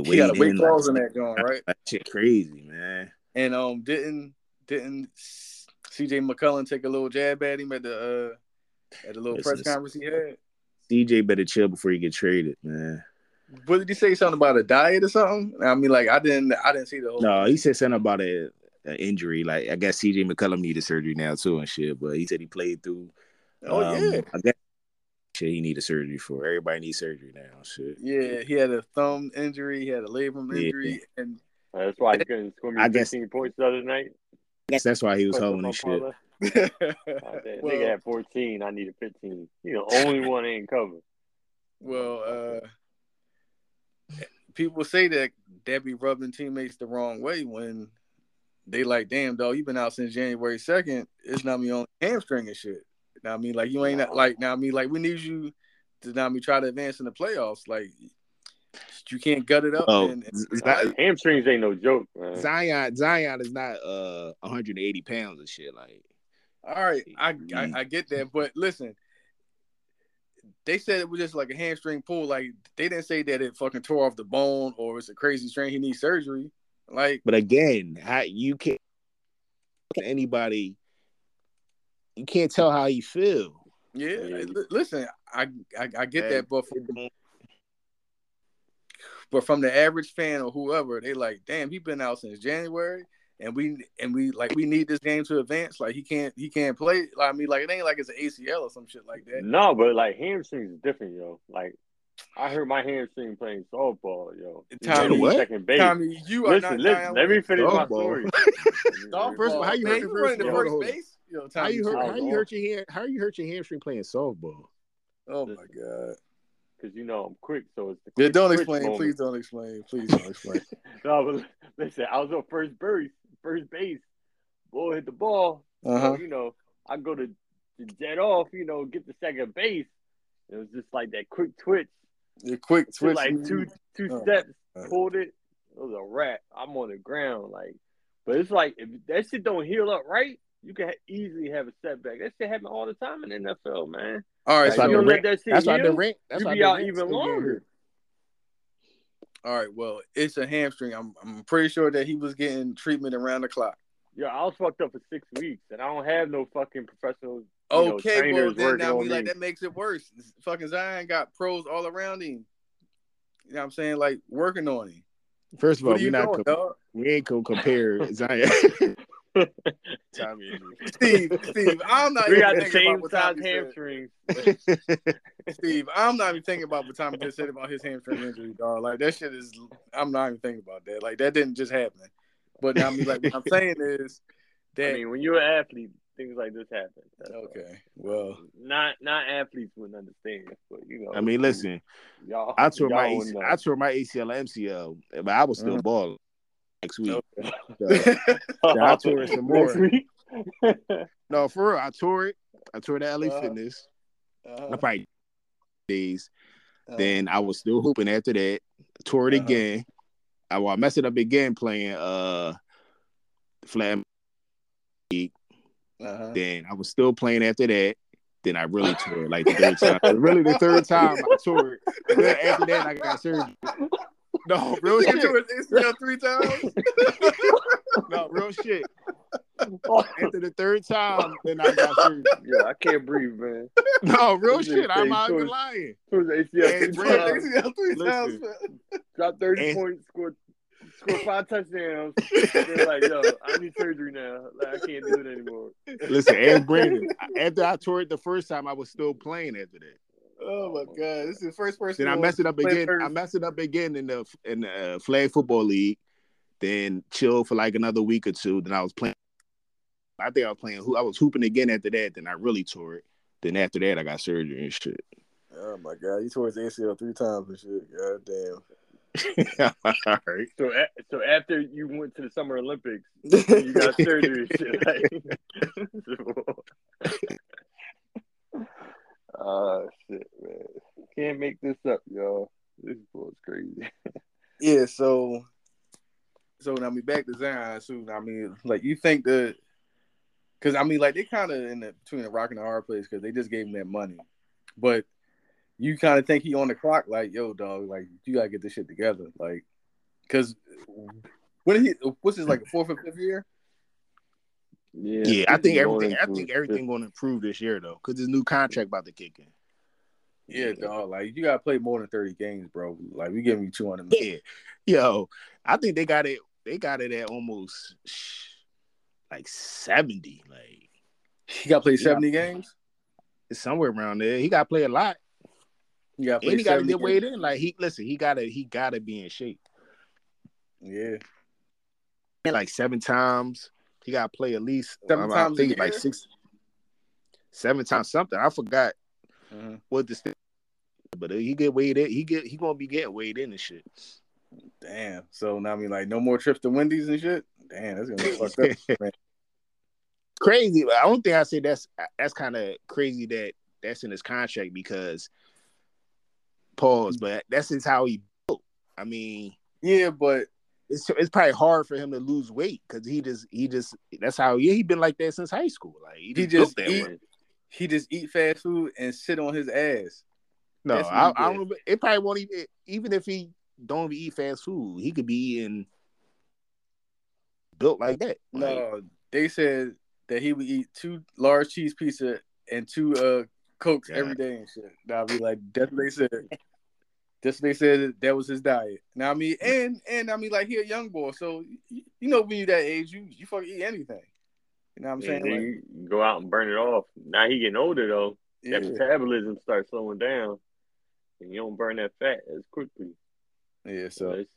S3: He got a
S4: weighed
S3: weight
S4: in,
S3: clause in
S4: like,
S3: that going, right?
S4: that shit crazy man.
S3: And um, didn't didn't CJ McCullen take a little jab at him at the uh at the little
S4: Yes,
S3: press
S4: yes.
S3: conference he had?
S4: DJ better chill before he get traded, man.
S3: What did he say something about a diet or something? I mean, like I didn't I didn't see the whole.
S4: No, he said something about a, a injury. Like I guess CJ McCullum needed surgery now too and shit. But he said he played through.
S3: oh
S4: um,
S3: yeah,
S4: I guess shit he needed surgery for. Everybody needs surgery now. Shit.
S3: yeah. He had a thumb injury. He had a labrum
S4: Yeah.
S3: injury, and
S2: That's why he couldn't score me
S4: I guess-
S2: 15 points the other night.
S4: I guess that's why he was
S2: Fucked up
S4: holding
S2: my
S4: and shit.
S2: parlay. God damn,
S3: Well-
S2: nigga had 14. I needed 15. He the only one in cover.
S3: Well, uh people say that that be rubbing teammates the wrong way when they like, damn dog, you been out since January second. It's not me on hamstring and shit. Now I mean, like you ain't not, like now I mean, like we need you to now I mean try to advance in the playoffs. Like you can't gut it up.
S4: Oh,
S3: and, and-
S4: Z- Z-
S2: Hamstrings ain't no joke, man.
S4: Zion, Zion is not uh 180 pounds and shit. Like
S3: all right, I, I
S4: Mm.
S3: I get that, but listen. They said it was just like a hamstring pull. Like they didn't say that it fucking tore off the bone or it's a crazy strain. He needs surgery. Like
S4: But again, how you can't anybody you can't tell how you feel.
S3: Yeah,
S2: Yeah.
S3: li- listen, I, I I get
S4: Hey.
S3: that, but from, but from the average fan or whoever, they like, damn, he been out since January, and we and we like we need this game to advance. Like he can't he can't play. Like, I mean, like it ain't like it's an ACL or some shit like
S4: Mm.
S3: that.
S2: No, but like hamstrings is different, yo. Like I heard my hamstring playing softball, yo. He
S3: Tommy,
S2: made me
S4: what?
S2: Second base.
S3: Tommy, you are
S2: listen,
S3: not.
S2: listen. Let me finish my
S4: Softball.
S2: story.
S3: Softball,
S4: First of all, how you
S3: man,
S4: hurt
S3: you
S4: your
S3: running
S4: wrist?
S3: the
S4: Hold on,
S3: first
S4: hold on.
S3: base? Yo,
S4: How
S3: Tommy,
S4: you hurt?
S2: sound
S4: How you
S2: off.
S4: hurt your hand? How you hurt your hamstring playing softball?
S3: Oh my god!
S2: Because you know I'm quick, so it's the
S3: Yeah,
S2: quick
S3: don't
S2: twitch
S3: explain.
S2: moment.
S3: Please don't explain. Please don't explain.
S2: No, but listen, I was on first base. First base, boy hit the ball.
S3: Uh huh.
S2: So, you know, I go to, to jet off. You know, get to second base. It was just like that quick twitch.
S3: Your quick
S2: Took
S3: switch.
S2: like two two
S3: Oh,
S2: steps,
S3: God.
S2: pulled it. It was a wrap. I'm on the ground, like. But it's like if that shit don't heal up right, you can ha- easily have a setback. That shit happen all the time in the NFL, man.
S3: All right,
S2: Like, you
S4: That's why
S3: so
S2: don't
S4: Durant-
S2: let that shit
S4: That's why
S2: heal,
S4: Durant. That's
S2: you
S4: why
S2: be out
S4: Durant's
S2: even
S4: still getting
S2: longer.
S4: hurt.
S3: All right, well, it's a hamstring. I'm I'm pretty sure that he was getting treatment around the clock.
S2: Yo, I was fucked up for six weeks, and I don't have no fucking professional. you know,
S3: Okay,
S2: trainers
S3: well then
S2: working
S3: now
S2: on
S3: we like
S2: me.
S3: that makes it worse. Fucking Zion got pros all around him. You know what I'm saying? Like working on him.
S4: First of all,
S3: What are
S4: we
S3: you
S4: not
S3: doing,
S4: com-
S3: dog?
S4: we ain't gonna compare Zion. Tommy.
S3: Steve, Steve, I'm not
S2: We
S3: even
S2: got the
S3: thinking
S2: same
S3: Oh,
S2: size
S3: about what Tommy said.
S2: hamstrings.
S3: Steve, I'm not even thinking about what Tommy just said about his hamstring injury, dog. Like that shit is I'm not even thinking about that. Like that didn't just happen. But I mean like what I'm saying is
S2: I
S3: that
S2: mean, when you're an athlete, things like this happen. That's all.
S3: Okay. Well,
S2: Not not athletes wouldn't understand, but you know.
S4: I mean, listen,
S2: y'all.
S4: I tore my
S2: y'all
S4: AC-
S2: know. Mm.
S4: I tore my E ACL and MCL, but I was still
S3: Mhm.
S4: balling next week.
S3: Okay.
S4: So-
S3: Uh,
S4: Yeah, I tore it some more.
S2: Next week?
S4: No, for real, I tore it. I tore the LA
S3: Uh,
S4: Fitness. I
S3: uh,
S4: probably days.
S3: uh,
S4: Then I was still hooping after that. Tore it
S3: Uh-huh.
S4: again. I, well, I messed it up again playing uh flat.
S3: uh-huh.
S4: Then I was still playing after that. Then I really tore it like the third time. really, the third time I tore it. Then after that, I got surgery. No, real
S3: You
S4: shit.
S3: tore his ACL three times.
S4: No, real shit. After the third time, then I got surgery.
S2: Yeah, I can't breathe, man.
S4: No, real
S2: This nigga
S4: shit. I'm
S2: say
S4: not even
S2: short.
S4: lying.
S2: Towards
S4: Hey,
S2: ACL, three
S4: bro.
S2: times,
S3: ACL three
S4: Listen.
S3: times.
S2: dropped thirty
S4: And-
S2: points, scored scored five touchdowns. They're like, yo, I need surgery now. Like, I can't do it anymore.
S4: Listen, and Brandon, after I tore it the first time, I was still playing after that.
S3: Oh my god, this is the first person.
S4: Then I
S3: on-
S4: messed it up
S3: play
S4: again. I
S3: first.
S4: messed it up again in the in the uh, flag football league. Then chilled for like another week or two. Then I was playing. I think I was playing. Who I was hooping again after that. Then I really tore it. Then after that, I got surgery and shit.
S3: Oh my god, you tore his ACL three times and shit. God damn.
S4: All right.
S2: So, a- so after you went to the Summer Olympics, you got surgery. and shit, like- Ah, shit, man. Can't make this up, y'all. This bull's crazy.
S3: Yeah, so so now I mean back to Zion soon. I mean, like you think the because I mean like they kind of in the, between the rock and the hard place because they just gave him that money, but you kind of think he on the clock like yo dog like you gotta get this shit together like because when he what's his like the fourth or fifth year
S4: Yeah, I think
S2: Going
S4: everything. I
S2: to-
S4: think everything going to improve this year though, because his new contract about to kick in.
S3: yeah dog like you gotta play more than thirty games bro like we giving you two hundred
S4: Yeah, yo, I think they got it. They got it at almost shh, like seventy, like
S3: you gotta play seventy games
S4: it's somewhere around there. He got to play a lot.
S3: you gotta play
S4: and he got to
S3: 70
S4: get
S3: games.
S4: weighed in. Like he listen, he gotta he gotta be in shape.
S3: yeah
S4: And, Like seven times, he got to play at least um,
S3: Seven
S4: I,
S3: times
S4: think
S3: a
S4: it's like
S3: year?
S4: six, seven times something. I forgot
S3: Mhm.
S4: what the st- but he get weighed in. He get he gonna be getting weighed in and shit.
S3: damn so now I mean like no more trips to Wendy's and shit damn that's gonna be fucked up.
S4: crazy. but I don't think I say that's that's kind of crazy that that's in his contract because pause, but that's just how he built. I mean,
S3: Yeah, but
S4: it's it's probably hard for him to lose weight because he just he just that's how yeah he been like that since high school. Like he
S3: He
S4: just,
S3: just
S4: built that
S3: eat-
S4: way.
S3: he just eat fast food and sit on his ass.
S4: No,
S3: that's what
S4: I,
S3: he
S4: I
S3: did.
S4: don't. It probably won't even even if he don't even eat fast food, he could be eating built like that. Like,
S3: No, they said that he would eat two large cheese pizza and two uh cokes
S4: God.
S3: every day and shit. Now I be like, that's what they said. That's what they said that, that was his diet. Now I mean, and and I mean, like he a young boy, so you, you know when you that age, you you fucking eat anything. You know what I'm
S2: Yeah,
S3: saying? Like,
S2: then you go out and burn it off. Now he getting older though.
S3: yeah.
S2: That metabolism starts slowing down, and you don't burn that fat as quickly.
S3: yeah,
S2: So
S3: so
S2: it's,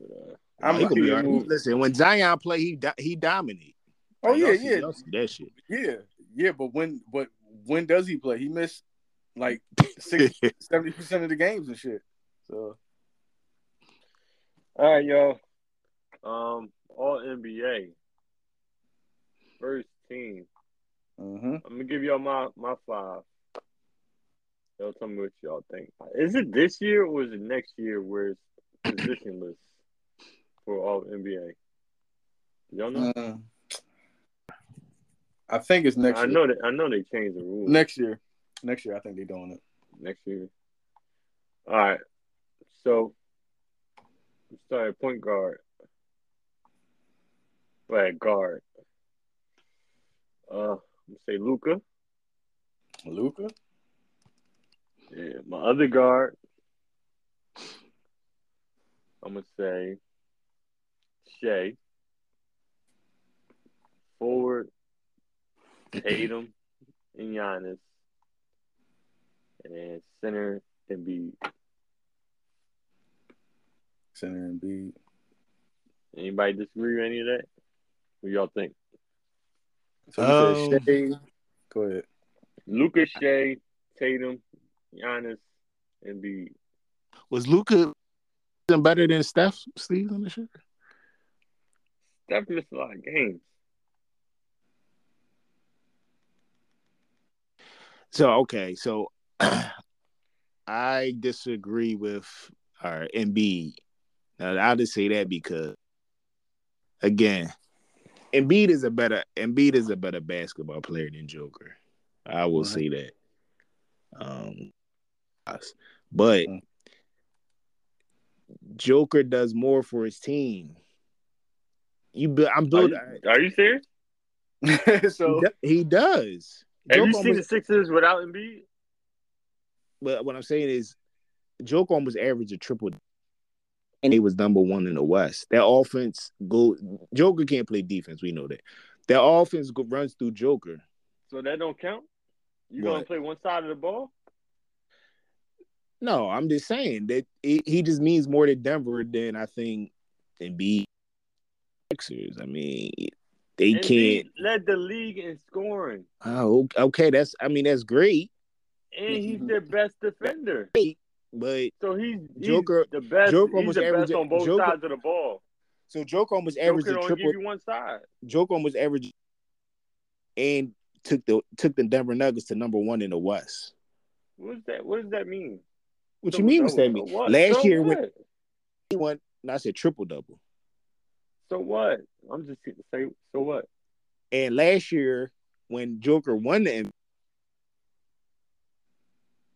S2: but, uh,
S3: I'm
S4: he could be.
S2: he
S4: all right.
S2: moved-
S4: Listen, when Zion play, he do- he dominate.
S3: oh
S4: Like,
S3: yeah,
S4: y'all see-
S3: yeah,
S4: y'all see that shit.
S3: yeah, yeah. But when but when does he play? He missed like six seventy percent of the games and shit. So
S2: all right, y'all. Um, all NBA first team.
S3: mm-hmm.
S2: I'm gonna give y'all my my five. Y'all tell me what y'all think. Is it this year or is it next year where it's positionless for all NBA? Y'all know.
S3: Mm. I think it's next
S2: I
S3: year.
S2: know that I know they changed the rules
S3: Next year. Next year, I think they're doing it.
S2: next year. All right, so I'm starting point guard, black guard. Uh, I'm gonna say Luca.
S3: Luca?
S2: Yeah, my other guard. I'm gonna say Shea. Forward, Tatum and Giannis, and then center and be
S3: Center and B.
S2: anybody disagree with any of that? What y'all think?
S3: So you
S4: Um,
S3: said Shea. Go ahead.
S2: Luca, Shea, Tatum, Giannis, and be
S4: Was Luca better than Steph Steve on the shit?
S2: Steph missed a lot of games.
S4: So okay, so I disagree with our Embiid. Now I'll just say that because again, Embiid is a better Embiid is a better basketball player than Joker. I will say that. Um, us. but
S3: Mhm.
S4: Joker does more for his team. You, bu- I'm
S2: Are
S4: building.
S2: you, are you serious?
S3: so
S4: He does.
S2: Have you
S4: Joker
S2: seen the
S4: almost-
S2: Sixers without Embiid?
S4: but what I'm saying is, Joker almost averaged a triple, and he was number one in the West. That offense go. Joker can't play defense. We know that. That offense go, runs through Joker.
S2: So that don't count. You
S4: What?
S2: gonna play one side of the ball?
S4: No, I'm just saying that he, he just means more to Denver than I think Embiid Sixers. I mean, they
S2: Embiid
S4: can't.
S2: led the league in scoring,
S4: Oh, okay, that's. I mean, that's great,
S2: and
S4: Mm-hmm.
S2: he's their best defender.
S4: but
S2: So he's, he's
S4: Joker-
S2: the best.
S4: Joker
S2: he's
S4: almost
S2: the best
S4: averaged-
S2: on both
S4: Joker-
S2: sides of the ball.
S4: so Joker almost averaged
S2: Joker
S4: a
S2: don't
S4: triple.
S2: give you one side.
S4: Joker almost averaged and took the took the Denver Nuggets to number one in the West.
S2: What's that? What does that mean?
S4: What
S2: So
S4: you mean?
S2: so
S4: What's that mean?
S2: what?
S4: Last
S2: So
S4: year
S2: what?
S4: when he won, and I said triple double,
S2: So what? I'm just gonna say so what?
S4: and last year when Joker won the MVP,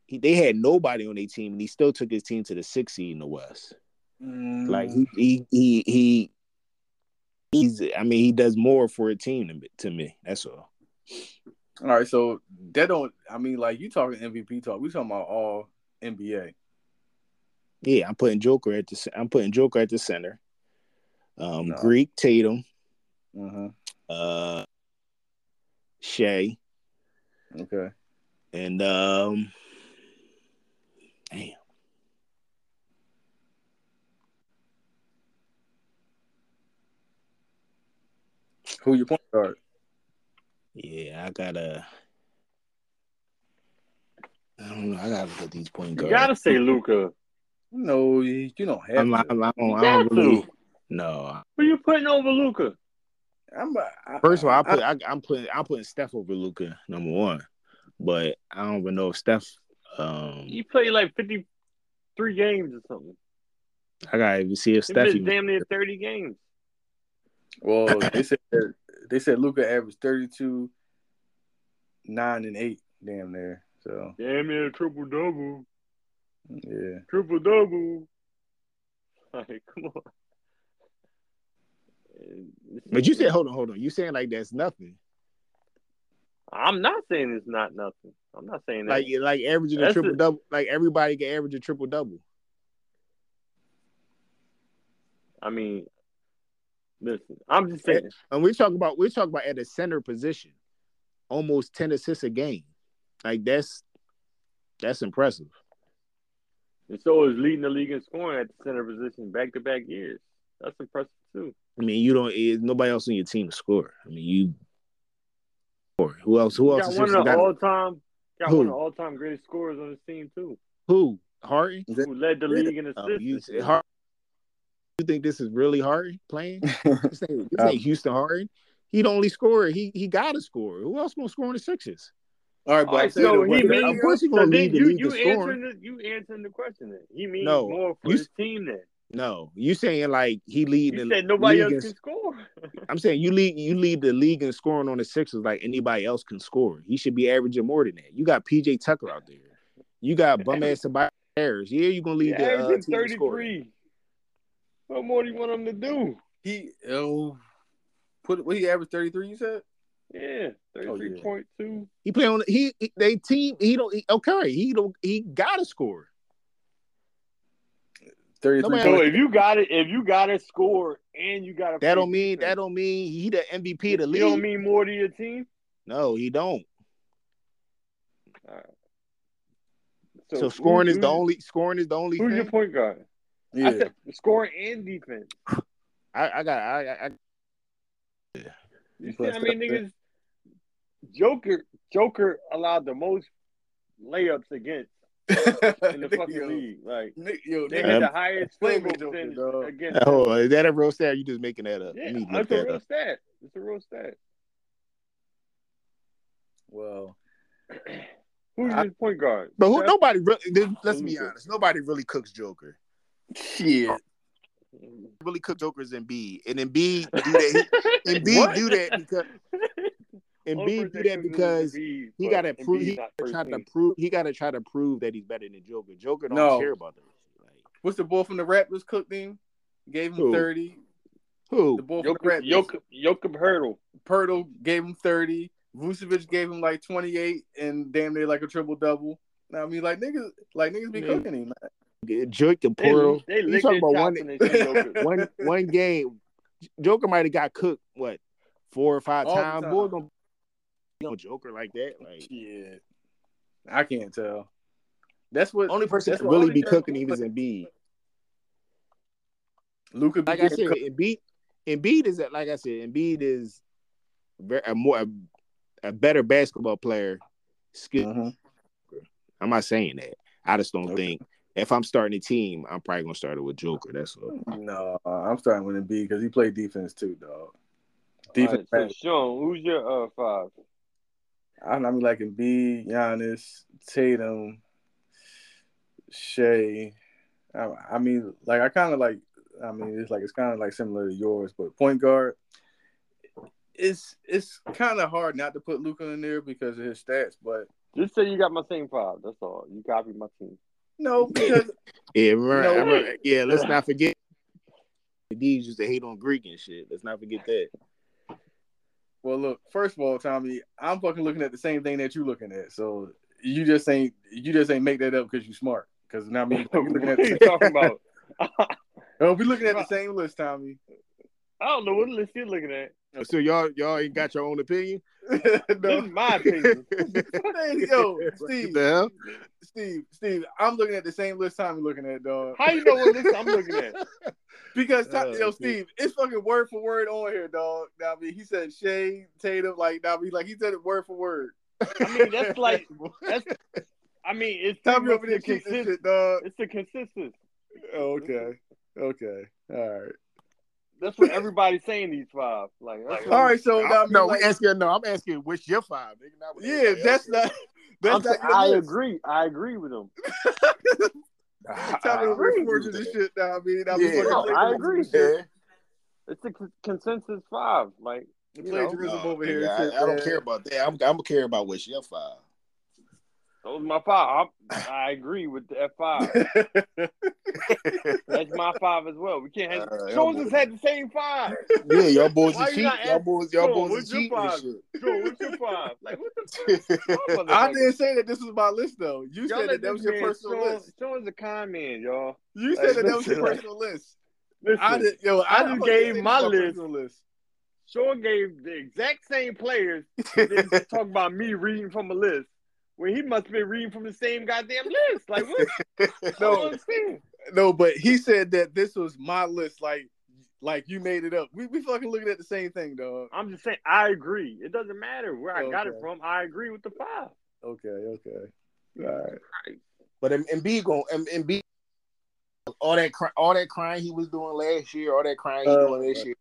S4: he, they had nobody on their team, and he still took his team to the six seed in the West.
S3: mm,
S4: Like he he he. he He's, I mean, he does more for a team to me. To me. That's all.
S3: all right, so that don't. I mean, like you talking MVP talk. We talking about all NBA.
S4: Yeah, I'm putting Joker at the. ce- I'm putting Joker at the center. Um,
S3: No.
S4: Greek Tatum,
S3: Uh-huh.
S4: uh, Shea,
S3: Okay.
S4: and um, damn,
S3: Who your point guard?
S4: yeah, I gotta. I don't know. I gotta look at these point
S2: You
S4: guards.
S2: gotta say Luca.
S3: No, you you don't have.
S4: I'm,
S3: to.
S4: not- I'm, Oh, I don't,
S2: You
S4: I
S2: got
S4: don't really.
S2: to.
S4: No.
S2: Who you putting over Luca?
S3: I'm a- I-
S4: First of all, I put. I, I'm putting. I'm putting Steph over Luca number one, but I don't even know if Steph. Um,
S2: He played like fifty three games or something.
S4: I gotta even see if
S2: He
S4: Steph.
S2: missed
S4: Even,
S2: damn near thirty games.
S3: Well, they said they said Luca averaged thirty two, nine and eight, damn near. So
S2: Damn near triple double.
S3: yeah,
S2: Triple double. Like, come on.
S4: but you said, hold on, hold on. You saying like that's nothing.
S2: I'm not saying it's not nothing. I'm not saying that.
S4: like like averaging a
S2: That's
S4: triple
S2: it.
S4: double. Like everybody can average a triple double.
S2: I mean, listen. I'm just saying.
S4: And we're talking about we're talking about at a center position, almost ten assists a game. Like that's that's impressive.
S2: And so is leading the league in scoring at the center position back to back years. That's impressive too.
S4: I mean, you don't is nobody else on your team to score. I mean, you score. Who else? Who
S2: You
S4: else?
S2: got
S4: is
S2: one of the
S4: got-
S2: all time got one of
S4: Who?
S2: the all time greatest scorers on this team too.
S4: who? Harden.
S3: That-
S2: Who led the
S3: really?
S2: league in assists.
S4: Oh, you
S2: this year.
S4: Harden. You think this is really Harden playing? This ain't,
S3: Uh,
S4: this ain't Houston Harden. He the only scorer. He he got to score. Who else gonna score in the Sixers?
S3: all right,
S2: All right,
S3: but
S2: so
S3: so
S2: he means,
S4: Of course he gonna
S2: so
S4: lead
S2: then
S4: the
S2: you
S4: league in
S2: you
S4: scoring.
S2: answering the, you answering the question then. He means
S4: No,
S2: more for
S4: you
S2: his team then.
S4: No, you saying like he lead
S2: You
S4: the
S2: said nobody
S4: league
S2: else
S4: in-
S2: can score.
S4: I'm saying you lead you lead the league in scoring on the Sixers like anybody else can score. He should be averaging more than that. You got PJ Tucker out there. You got bum ass Tobias Harris. Yeah, you gonna
S2: He's
S4: lead the uh,
S2: averaging
S4: team in scoring.
S2: 33. What more do you want him to do?
S3: he oh, put what he averaged thirty three. You said
S2: Yeah,
S3: Oh, yeah.
S2: 33.2.
S4: He play on he, he- they team. He don't he, okay. He don't he gotta score.
S3: thirty
S4: Nobody
S2: So
S3: three.
S2: if you got it, if you got to score and you got to
S4: That don't mean that don't mean he the MVP of the
S2: You don't
S4: league.
S2: mean more to your team.
S4: No, he don't. So,
S2: who-
S4: scoring is the
S2: who's-
S4: only scoring is the only
S2: Who's your
S4: thing.
S2: point guard?
S3: Yeah,
S2: I said scoring and defense.
S4: I, I got I, I, I
S2: You
S3: You
S2: see, I
S3: plus
S2: mean,
S3: that-
S2: niggas. Joker, Joker allowed the most layups against in the
S3: yo,
S2: fucking league. Like
S3: Nick, yo,
S2: they
S3: nigga,
S2: had
S4: Um,
S2: the highest field goal
S3: Joker,
S2: percentage
S3: dog.
S2: against.
S4: oh is that a real stat? You just making that up. You
S2: yeah,
S4: need to look
S2: that's a
S4: that
S2: real
S4: up.
S2: stat. It's a real stat.
S3: well,
S2: Who's
S4: I-
S2: your point guard?
S4: But who,
S2: Steph?
S4: nobody really. Let's be
S2: Luka.
S4: honest. Nobody really cooks Joker.
S3: shit.
S4: Really cook Joker's Embiid, and Embiid do that. Embiid do that because and
S2: Only
S4: B
S2: person
S4: do
S2: that
S4: that
S2: should've is Embiid,
S4: because he
S2: but
S4: gotta prove-
S2: Embiid's
S4: he
S2: not
S4: he
S2: first
S4: tried to
S2: team.
S4: prove he got to try to prove that he's better than Joker. Joker don't
S3: No.
S4: care about that. shit. Like,
S3: What's the boy from the Raptors cooked him? Gave him
S4: Who?
S3: 30. The
S4: who?
S3: boy from the
S2: Jokic,
S3: Raptors.
S2: Jokic, Jokic Hurdle.
S3: Pirtle gave him 30. Vucevic gave him like 28 and damn near like a triple double. I mean, like niggas, like niggas be
S4: Yeah.
S3: cooking him. Man.
S4: Joker
S2: They,
S4: Pearl.
S2: they
S4: You
S2: licked
S4: talking
S2: their
S4: about
S2: chops when
S4: one,
S2: they seen Jokic.
S4: one, one game? Joker might have got cooked what four or five
S3: All the
S4: times.
S3: time.
S4: Boy, don't, you know, Joker like that. Like
S3: Yeah, I can't tell. That's what
S4: only person
S3: that's
S4: that
S3: what
S4: really
S3: only
S4: be
S3: person-
S4: cooking him is Embiid.
S3: Luca.
S4: Like I said, Embiid, Embiid is like I said, Embiid is ver- a more a, a better basketball player. Skill. I'm not saying that. I just don't
S3: Okay.
S4: think if I'm starting a team, I'm probably gonna start it with Joker. That's all.
S3: no, I'm starting with Embiid because he played defense too, dog.
S2: All
S3: Defense.
S2: right, so Sean, who's your uh five?
S3: I mean, I mean, like Embiid, Giannis, Tatum, Shea. I, I mean, like I kind of like. I mean, it's like it's kind of like similar to yours, but point guard. It's it's kind of hard not to put Luca in there because of his stats, but
S2: Just say you got my same five. That's all. You copied my team.
S3: no, because
S4: Yeah, remember,
S3: No
S4: I remember-
S2: way.
S4: yeah. Let's not forget. The D's used to hate on Greek and shit. Let's not forget that.
S3: well, look. First of all, Tommy, I'm fucking looking at the same thing that you looking at, so you just ain't you just ain't make that up because you smart. Because I mean,
S2: what
S3: we looking at
S2: are you
S3: the,
S2: talking about?
S3: oh, we looking at the same list, Tommy.
S2: I don't know what list you're looking at.
S4: So y'all, y'all ain't got your own opinion.
S2: This is
S3: no.
S2: my opinion.
S3: Hey, yo,
S4: What
S3: Steve,
S4: the hell?
S3: Steve, Steve, I'm looking at the same list Tommy looking at, dog.
S2: How you know what list I'm looking at?
S3: Because Tom-
S4: Oh,
S3: yo,
S4: shit.
S3: Steve, it's fucking word for word on here, dog. Now, I mean, he said Shane Tatum, like, now, I mean, like he said it word for word.
S2: I mean, that's like- That's. I mean, it's
S3: Tommy
S2: pretty
S3: over there
S2: much
S3: kicking
S2: consist-
S3: shit, dog.
S2: It's the consistency.
S3: Okay, okay, all right,
S2: That's what everybody's saying. These five, like, that's what-
S3: all right. So now, I
S4: I'm-
S3: mean,
S4: no,
S3: like,
S4: we asking. No, I'm asking. What's your five? Nigga, not what
S3: yeah,
S4: everybody
S3: that's
S4: else
S3: not.
S2: I'm
S3: That's not.
S2: sa-
S3: your
S2: I
S3: list.
S2: agree. I agree with them.
S4: is.
S3: Tommy over
S2: agree
S3: there
S2: with
S3: forging this shit. Now, I mean, I mean,
S4: Yeah.
S3: fucking
S2: No, I
S3: plagiarism
S2: agree.
S3: shit.
S4: Yeah.
S2: It's the con- consensus five. Like,
S3: The
S2: You know.
S3: plagiarism
S4: No,
S3: over here.
S4: Oh, nigga,
S3: shit,
S4: I, I don't
S3: man.
S4: care about that. I'm, I'm gonna care about what's your five.
S2: those are my five. I'm, I agree with the F five. That's my five as well. We can't have.
S4: Uh,
S2: Jones
S4: yeah.
S2: has had the same five.
S4: Yeah, y'all boys
S2: Why you
S4: are cheating.
S2: not
S4: Y'all
S2: ask-
S4: boys, y'all
S2: Come on,
S4: boys are
S2: what's your
S4: cheating and
S2: five? Joe, what's your five? Like, what the fuck?
S4: shit.
S2: Y'all
S3: I
S2: motherfuckers-
S3: didn't say that this was my list, though. You
S2: Y'all
S3: said
S2: let
S3: that that was your personal list.
S2: Sean's a con man, y'all.
S3: You
S2: Like,
S3: said that that was your
S2: listen, like-
S3: personal list.
S2: Listen,
S3: I did, yo, I,
S2: I
S3: didn't
S2: just
S3: fucking
S2: gave
S3: say this
S2: my
S3: was
S2: list.
S3: personal list.
S2: Sean gave the exact same players. and then just talk about me reading from a list when he must have been reading from the same goddamn list. Like, what? I don't
S3: No,
S2: understand.
S3: no, but he said that this was my list. Like, like you made it up. We we fucking looking at the same thing, dog.
S2: I'm just saying, I agree. It doesn't matter where I got it
S3: Okay.
S2: from. I agree with the five.
S3: Okay, okay, all right.
S4: But M- Embiid going Embiid all that cry, all that crying he was doing last year, all that crying he
S2: Oh,
S3: Uh,
S4: doing this year.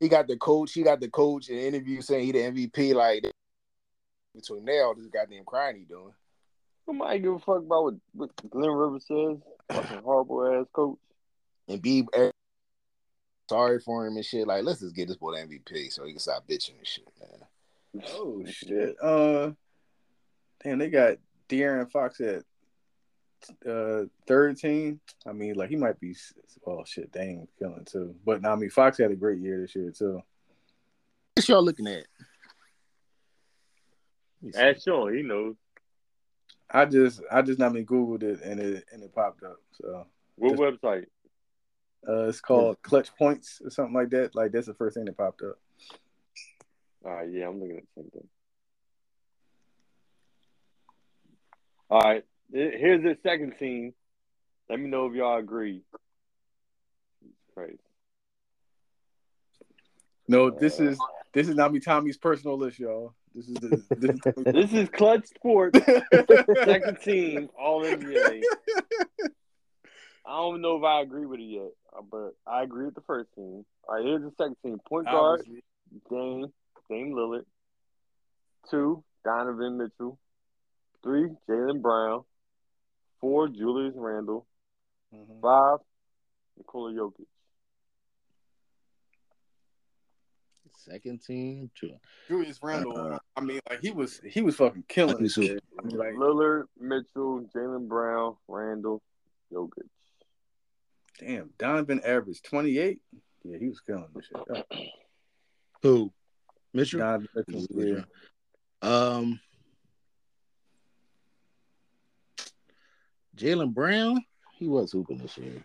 S4: He got the coach. He got the coach in the interview saying he the MVP. Like between now, this goddamn crying he doing.
S2: Nobody give a fuck about what, what Glenn Rivers says. Fucking horrible ass coach.
S4: Embiid eh, sorry for him and shit. Like let's just get this boy the MVP so he can stop bitching and shit, man.
S3: Oh shit. Uh, damn, they got De'Aaron Fox at uh thirteen. I mean, like he might be. Oh shit, dang, killing too. But nah, I mean, Fox had a great year this year too.
S4: What y'all looking at?
S2: Ask Sean, he knows.
S3: I just I just not mean googled it and it and it popped up. So
S2: What website?
S3: uh, it's called Clutch Points or something like that. Like that's the first thing that popped up.
S2: All right, yeah, I'm looking at something. All right, he- here's the second scene. Let me know if y'all agree. Right.
S3: No, this is this is not me Tommy's personal list, y'all. This is the this,
S2: This is Clutch Sports, second team, all NBA. I don't know if I agree with it yet, but I agree with the first team. All right, here's the second team. Point guard,
S3: Obviously.
S2: Dame, Dame Lillard. Two, Donovan Mitchell. Three, Jalen Brown. Four, Julius Randle.
S3: Mhm.
S2: Five, Nikola Jokic.
S4: Second team, uh, too.
S3: Julius Randle. I mean, like he was he was fucking killing
S4: Lucky
S3: this
S4: Sue.
S3: shit. I mean, like
S2: Lillard, Mitchell, Jalen Brown, Randall, Jokic.
S3: damn, Donovan averaged twenty eight. Yeah, he was killing this shit.
S4: Who? Mitchell.
S3: Donovan Mitchell, yeah.
S4: Um, Jalen Brown, he was hooping this year.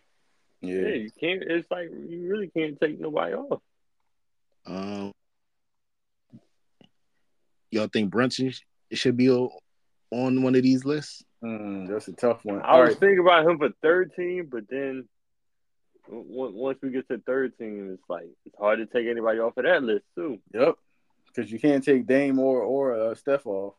S2: Yeah,
S3: yeah.
S2: you can't. It's like you really can't take nobody off.
S4: Um, y'all think Brunson sh- should be o- on one of these lists?
S3: Mm, that's a tough one.
S2: I
S3: All
S2: was
S3: right,
S2: thinking about him for third team, but then w- w- once we get to third team, it's like it's hard to take anybody off of that list too.
S3: yep, because you can't take Dame or or uh, Steph off.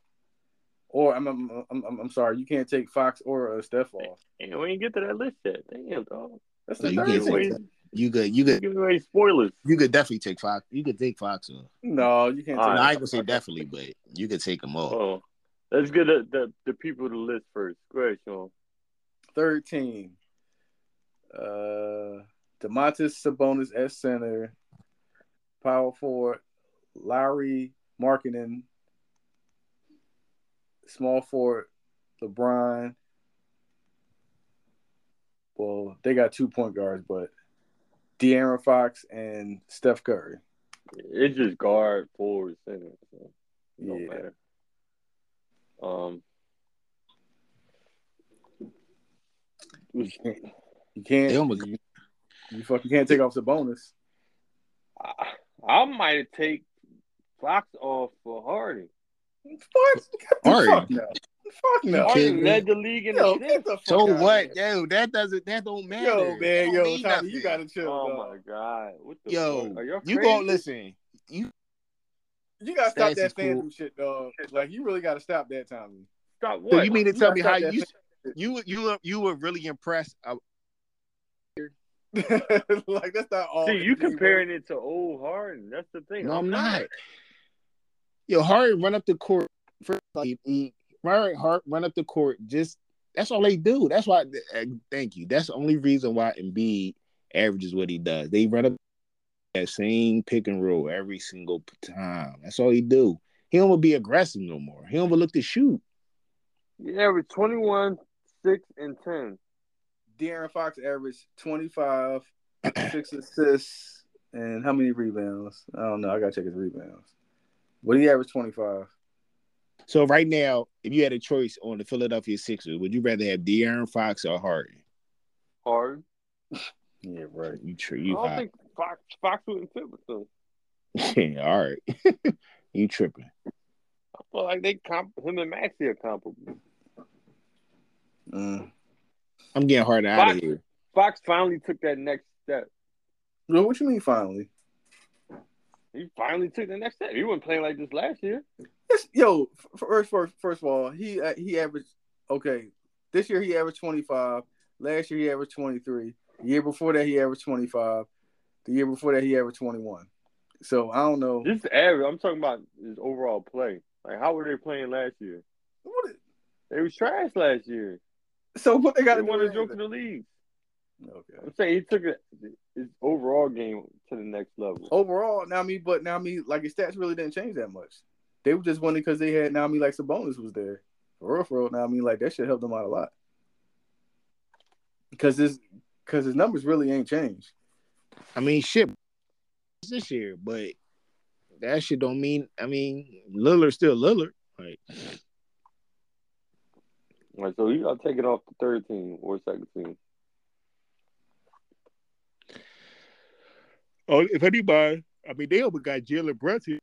S3: Or I'm, I'm I'm I'm I'm sorry, you can't take Fox or uh, Steph off.
S2: And we ain't get to that list yet. Damn, dog.
S3: That's
S4: No,
S3: the
S4: you
S3: third
S4: can't
S3: team.
S4: take
S2: Giving away,
S4: You could, you could,
S2: giving away spoilers.
S4: you could definitely take Fox. You could take Fox off.
S3: No, you can't.
S2: All
S3: Take
S2: right.
S4: No, I ain't gonna say definitely, but you could take him off.
S2: Oh, let's get the, the the people to list first. Go ahead, Sean.
S3: Third team. Uh, Demontis Sabonis at center. Power forward, Lowry Markkinen. Small forward, LeBron. Well, they got two point guards, but De'Aaron Fox and Steph Curry.
S2: It's just guard, forward, center. So it don't
S3: Yeah.
S2: matter. Um,
S3: You can't. You, can't,
S4: They almost-
S3: you, you fucking can't take off Sabonis.
S2: I, I might take Fox off for Harden.
S3: What?
S4: All right.
S3: Fuck no. Fuck no.
S4: You kidding
S2: Harden
S4: me?
S2: led the league in
S3: Yo,
S2: assists.
S3: get the fuck
S4: So
S3: outta
S4: what,
S3: here.
S4: yo? That doesn't. That don't matter.
S3: Oh, Yo, man,
S4: It don't
S3: yo,
S4: mean
S3: Tommy, you
S4: nothing.
S3: gotta chill.
S2: Oh
S3: dog.
S2: my god! What the
S4: Yo,
S2: fuck? Are y'all
S4: you
S2: crazy?
S4: gonna listen? You
S3: You gotta stop
S4: Stats
S3: that
S4: is cool.
S3: FanDuel shit, dog. Like you really gotta stop that, Tommy.
S2: Stop
S4: so
S2: what?
S4: you mean to
S3: You
S4: tell
S3: gotta
S4: me
S3: stop
S4: how
S3: that
S4: you
S3: fan-
S4: you you were- you were really impressed? uh,
S3: like that's not all.
S2: See,
S3: it
S2: you
S3: is, bro.
S2: comparing it to old Harden. That's the thing.
S4: No, I'm not. Yo, Harden run up the court. First, like, he, Harden Harden run up the court. Just that's all they do. That's why. uh, thank you. That's the only reason why Embiid averages what he does. They run up that same pick and roll every single time. That's all he do. He don't wanna be aggressive no more. He don't wanna look to shoot.
S2: You average 21, 6, and 10.
S3: De'Aaron Fox averaged 25, six assists, and how many rebounds? I don't know. I gotta check his rebounds. What did he average? 25.
S4: So right now, if you had a choice on the Philadelphia Sixers, would you rather have De'Aaron Fox or Harden?
S2: Harden.
S3: Yeah, right.
S4: You tri-
S2: I
S4: you
S2: don't
S4: hot.
S2: think Fox Fox wouldn't fit with them.
S4: Yeah, all right. you tripping?
S2: I feel like they comp him and Maxie are comparable.
S3: Mm.
S4: I'm getting Harden out of
S2: Fox-
S4: here.
S2: Fox finally took that next step.
S3: Well, What you mean finally?
S2: He finally took the next step. He wasn't playing like this last year.
S3: It's, yo, f- first, first, first of all, he uh, he averaged okay. This year he averaged twenty five. Last year he averaged twenty three. The year before that he averaged twenty five. The year before that he averaged twenty one. So I don't know.
S2: This average, I'm talking about his overall play. Like how were they playing last year?
S3: What is-
S2: They was trash last year.
S3: so what they got
S2: They
S3: to do?
S2: won
S3: with
S2: the joke in
S3: anything?
S2: the league.
S3: Okay.
S2: I'm saying he took it, his overall game to the next
S3: Oh.
S2: level.
S3: Overall, now me, but now me, like his stats really didn't change that much. They were just winning because they had now me like Sabonis was there. For real, for real. Now I mean, like that shit helped them out a lot. Because his, because his numbers really ain't changed.
S4: I mean, shit, it's this year, but that shit don't mean. I mean, Lillard's still Lillard. Like,
S2: Like, so he gotta take it off the third team or second team.
S4: oh, if anybody, I mean, they over got Jalen Brunson.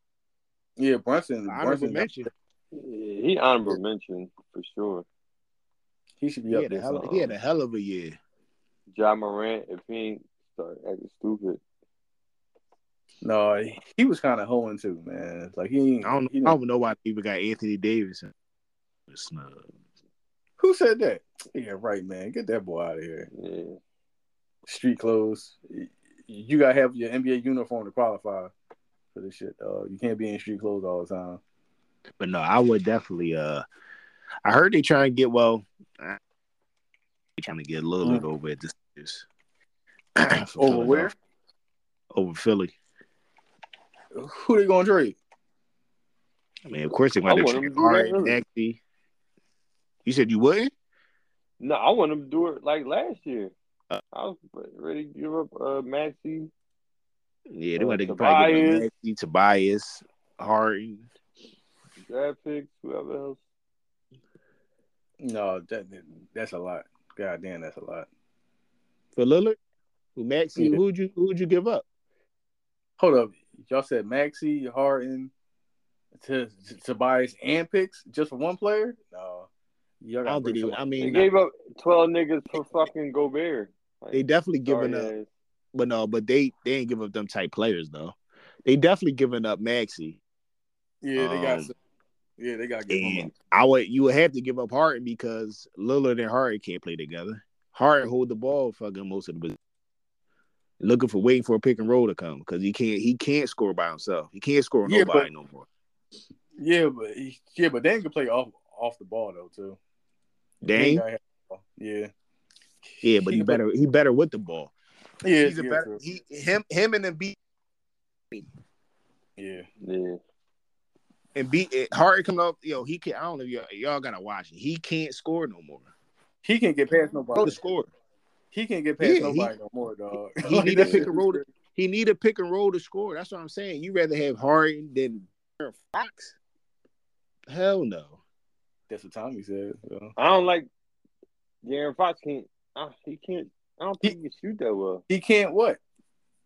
S3: Yeah, Brunson.
S4: Honorable
S3: Brunson,
S4: mention.
S2: Yeah, He honorable mention for sure.
S3: he should
S4: He
S3: be up uh,
S4: had, a
S3: there.
S4: hell,
S3: somewhere.
S4: he had a hell of a year.
S2: John Morant, if he ain't start acting stupid,
S3: No, he- he was kind of hoeing too, man. Like he, ain't-
S4: I don't,
S3: he
S4: I don't know why people got Anthony Davis. It's not-
S3: who said that. Yeah, right, man. Get that boy out of here.
S2: yeah.
S3: Street clothes. You gotta have your NBA uniform to qualify for this shit. Dog. You can't be in street clothes all the time.
S4: But no, I would definitely. Uh, I heard they trying to get well. I- They trying to get Lillard
S3: Mm.
S4: over at the Sixers. For Philadelphia. Over Philly.
S3: who they gonna trade?
S4: I mean, of course they
S2: I
S4: want to
S2: want him
S4: trade
S2: to do
S4: Hart
S2: that
S4: and
S2: early.
S4: Maxey. You said you wouldn't?
S2: No, I want him to do it like last year.
S4: Uh.
S2: I was ready to give up uh, Maxi.
S4: Yeah, they
S2: Uh,
S4: want to probably give
S2: Tobias.
S4: him Maxey, Tobias, Harden.
S2: draft picks, whoever else.
S3: No, that that's a lot. God damn, that's a lot.
S4: For Lillard, who Maxey,
S3: Yeah.
S4: who'd you who'd you give up?
S3: Hold up, y'all said Maxi Harden to Tobias and picks just for one player? No, y'all gotta
S4: I don't
S3: bring
S4: think they,
S3: someone.
S4: I
S2: They
S4: mean
S2: gave up twelve niggas for fucking Gobert. Like,
S4: they definitely giving
S2: sorry,
S4: up,
S2: ass.
S4: but no, but they they ain't giving up them type players though. They definitely giving up Maxey.
S3: yeah, they got.
S5: Um,
S3: some- yeah, they got to give him.
S4: And I would you would have to give up Harden because Lillard and Harden can't play together. Harden hold the ball fucking most of the position. Looking for waiting for a pick and roll to come because he can't he can't score by himself. He can't score on
S3: Yeah,
S4: nobody no more.
S3: Yeah, but he- yeah, but Dame can play off off the ball though too.
S4: Dang.
S3: gotta have the ball. yeah,
S4: Yeah, but he
S3: can
S4: better he better with the ball.
S3: play- Yeah,
S4: He's a
S3: yeah,
S4: better
S3: true.
S4: he him him and Embiid
S3: yeah.
S2: Yeah.
S4: and beat it Harden coming up, yo, he can I don't know if y'all, y'all gotta watch it. He can't score no more.
S3: He can't get past
S4: Bro,
S3: nobody.
S4: the score.
S3: He can't get past
S4: Yeah, he-
S3: nobody no more, dog.
S4: He need a pick and roll. To, he need a pick and roll to score. That's what I'm saying. You rather have Harden than Aaron Fox? Hell no.
S3: That's what Tommy said. so.
S2: I don't like Darren Fox can't I, he can't I don't think he can shoot that well.
S3: He can't what?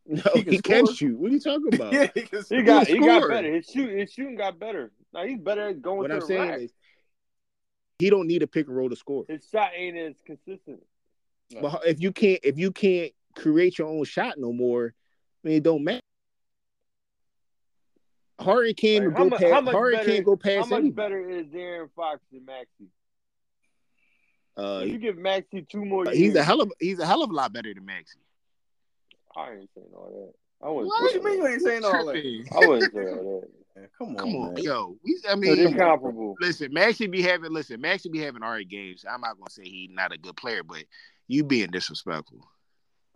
S4: No,
S3: He
S4: he,
S3: can
S4: can
S3: score.
S4: shoot. What are you talking about?
S3: Yeah, he can
S2: He
S3: score.
S2: got
S4: Uh, He
S2: he got
S4: scored.
S2: better. His shoot his shooting got better. Now he's better at going
S4: what
S2: to
S4: I'm
S2: the
S4: saying
S2: rack.
S4: is he don't need a pick and roll to score.
S2: His shot ain't as consistent.
S4: But if you can't if you can't create your own shot no more, I mean it don't matter. Harden can't
S2: Like, how
S4: go
S2: mu- how
S4: past.
S2: much
S4: Harden
S2: better-
S4: can't go
S2: How
S4: past
S2: much
S4: anybody.
S2: better is Darren Fox than Maxi?
S4: Uh,
S2: If you give Maxi two more years,
S4: he's a hell of he's a hell of a lot better than Maxi.
S2: I ain't saying all that. I wouldn't.
S4: What?
S3: What
S2: say
S3: you mean you
S2: all
S3: ain't saying all that?
S4: Tripping.
S2: that. I wouldn't say all that.
S3: Man, Come on,
S4: Come on,
S3: man.
S4: yo. We, I
S2: So
S4: mean,
S2: they're comparable.
S4: listen, Maxi be having listen, Maxi be having alright games. I'm not gonna say he's not a good player, but you being disrespectful.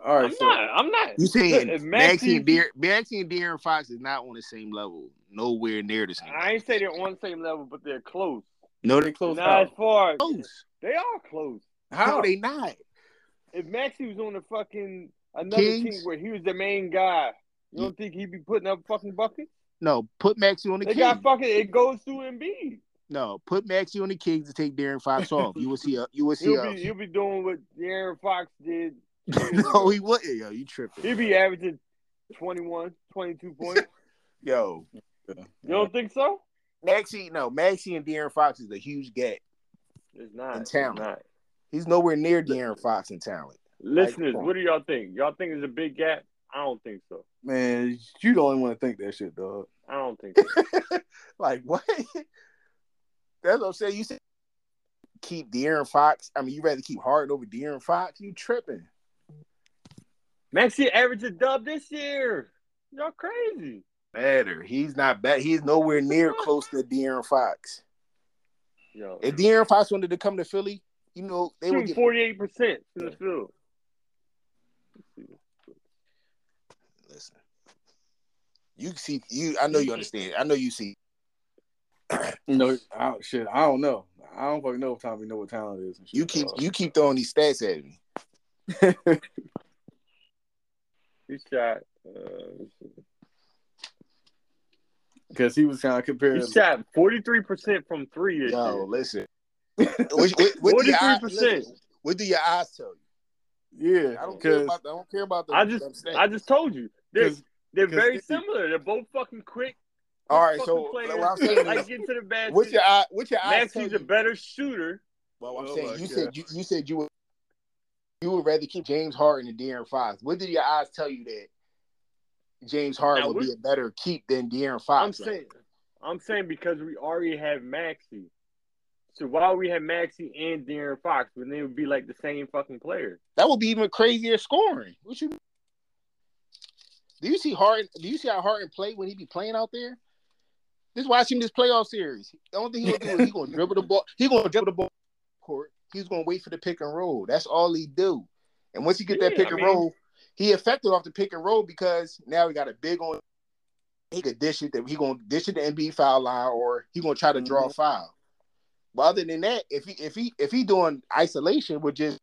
S3: All right,
S2: I'm
S3: so
S2: not. I'm not.
S4: You saying
S2: Look, if
S4: Maxi
S2: Maxey-
S4: and Deer, Maxi and De'Aaron Fox is not on the same level, nowhere near the same.
S2: I
S4: level.
S2: ain't say they're on the same level, but they're close.
S4: No,
S3: they
S4: they
S3: close
S2: Not
S3: out.
S2: as far.
S4: close.
S2: They are close.
S4: How
S3: How
S4: they not?
S2: If Maxie was on the fucking another
S4: Kings?
S2: team where he was the main guy, you don't think he'd be putting up fucking buckets?
S4: No, put Maxi on the
S2: They
S4: Kings.
S2: got fucking. It goes through Embiid.
S4: no, put Maxi on the Kings to take Darren Fox off. You will see a you will see
S2: He'll
S4: a
S2: be he'll be doing what De'Aaron Fox did.
S4: no, he wouldn't. Yo, you tripping?
S2: He'll be averaging 21, 22 points.
S4: Yo,
S2: You don't think so?
S4: Maxi, no, Maxi and De'Aaron Fox is a huge gap.
S2: It's not.
S4: And talent.
S2: It's not.
S4: He's nowhere near De'Aaron Fox in talent.
S2: Listeners,
S4: come on.
S2: what do y'all think? Y'all think it's a big gap? I don't think so.
S3: man? You don't want to think that shit, dog.
S2: I don't think so.
S4: like what? That's what I'm saying. You said keep De'Aaron Fox. I mean, you rather keep Harden over De'Aaron Fox? You tripping?
S2: Maxie averaged a dub this year. Y'all crazy.
S4: Better. He's not bad. He's nowhere near close to De'Aaron Fox.
S2: Yo,
S4: If De'Aaron Fox wanted to come to Philly, you know they would
S2: shooting
S4: get.
S2: forty eight percent from the field.
S4: Listen, you see, you. I know you understand. I know you see.
S3: No, I, shit, I don't know. I don't fucking know if Tommy know what talent is. And shit,
S4: You keep
S3: dog.
S4: you keep throwing these stats at me.
S2: He shot. Uh,
S3: because he was trying to compare.
S2: he shot forty three percent from three this
S4: Yo,
S2: year.
S4: listen. What, what- what do your eyes-
S2: 43%.
S4: listen, what do your eyes tell you?
S3: Yeah,
S4: I don't care
S3: because
S4: about. I don't care about the.
S2: I just, I just told you they're they're
S3: 'cause
S2: very
S3: they-
S2: similar. They're both fucking quick.
S4: All right,
S2: Fucking
S4: so
S2: players.
S4: what I'm saying
S2: like
S4: is,
S2: get to the basket.
S4: what's your eye? What's your eyes tell
S2: Maxie's a
S4: you?
S2: better shooter.
S4: Well, I'm
S3: Oh my
S4: saying you
S3: God.
S4: said you, you said you would you would rather keep James Harden and De'Aaron Fox. What did your eyes tell you that James Harden
S2: Now,
S4: would be
S2: what-
S4: a better keep than De'Aaron Fox?
S2: I'm saying, I'm saying because we already have Maxi. So why would we have Maxi and Darren Fox when they would be like the same fucking player?
S4: that would be even crazier scoring. What you do you see Harden? Do you see how Harden play when he be playing out there? This is why I seen this playoff series. The only thing he'll do is he gonna dribble the ball. He gonna dribble the ball court. He's gonna wait for the pick and roll. That's all he do. And once he get that
S2: Yeah,
S4: pick
S2: I
S4: and
S2: mean-
S4: roll, he effective off the pick and roll because now he got a big on he could dish it that he gonna dish it the NB foul line or he gonna try to draw a foul. But other than that, if he if he if he doing isolation would just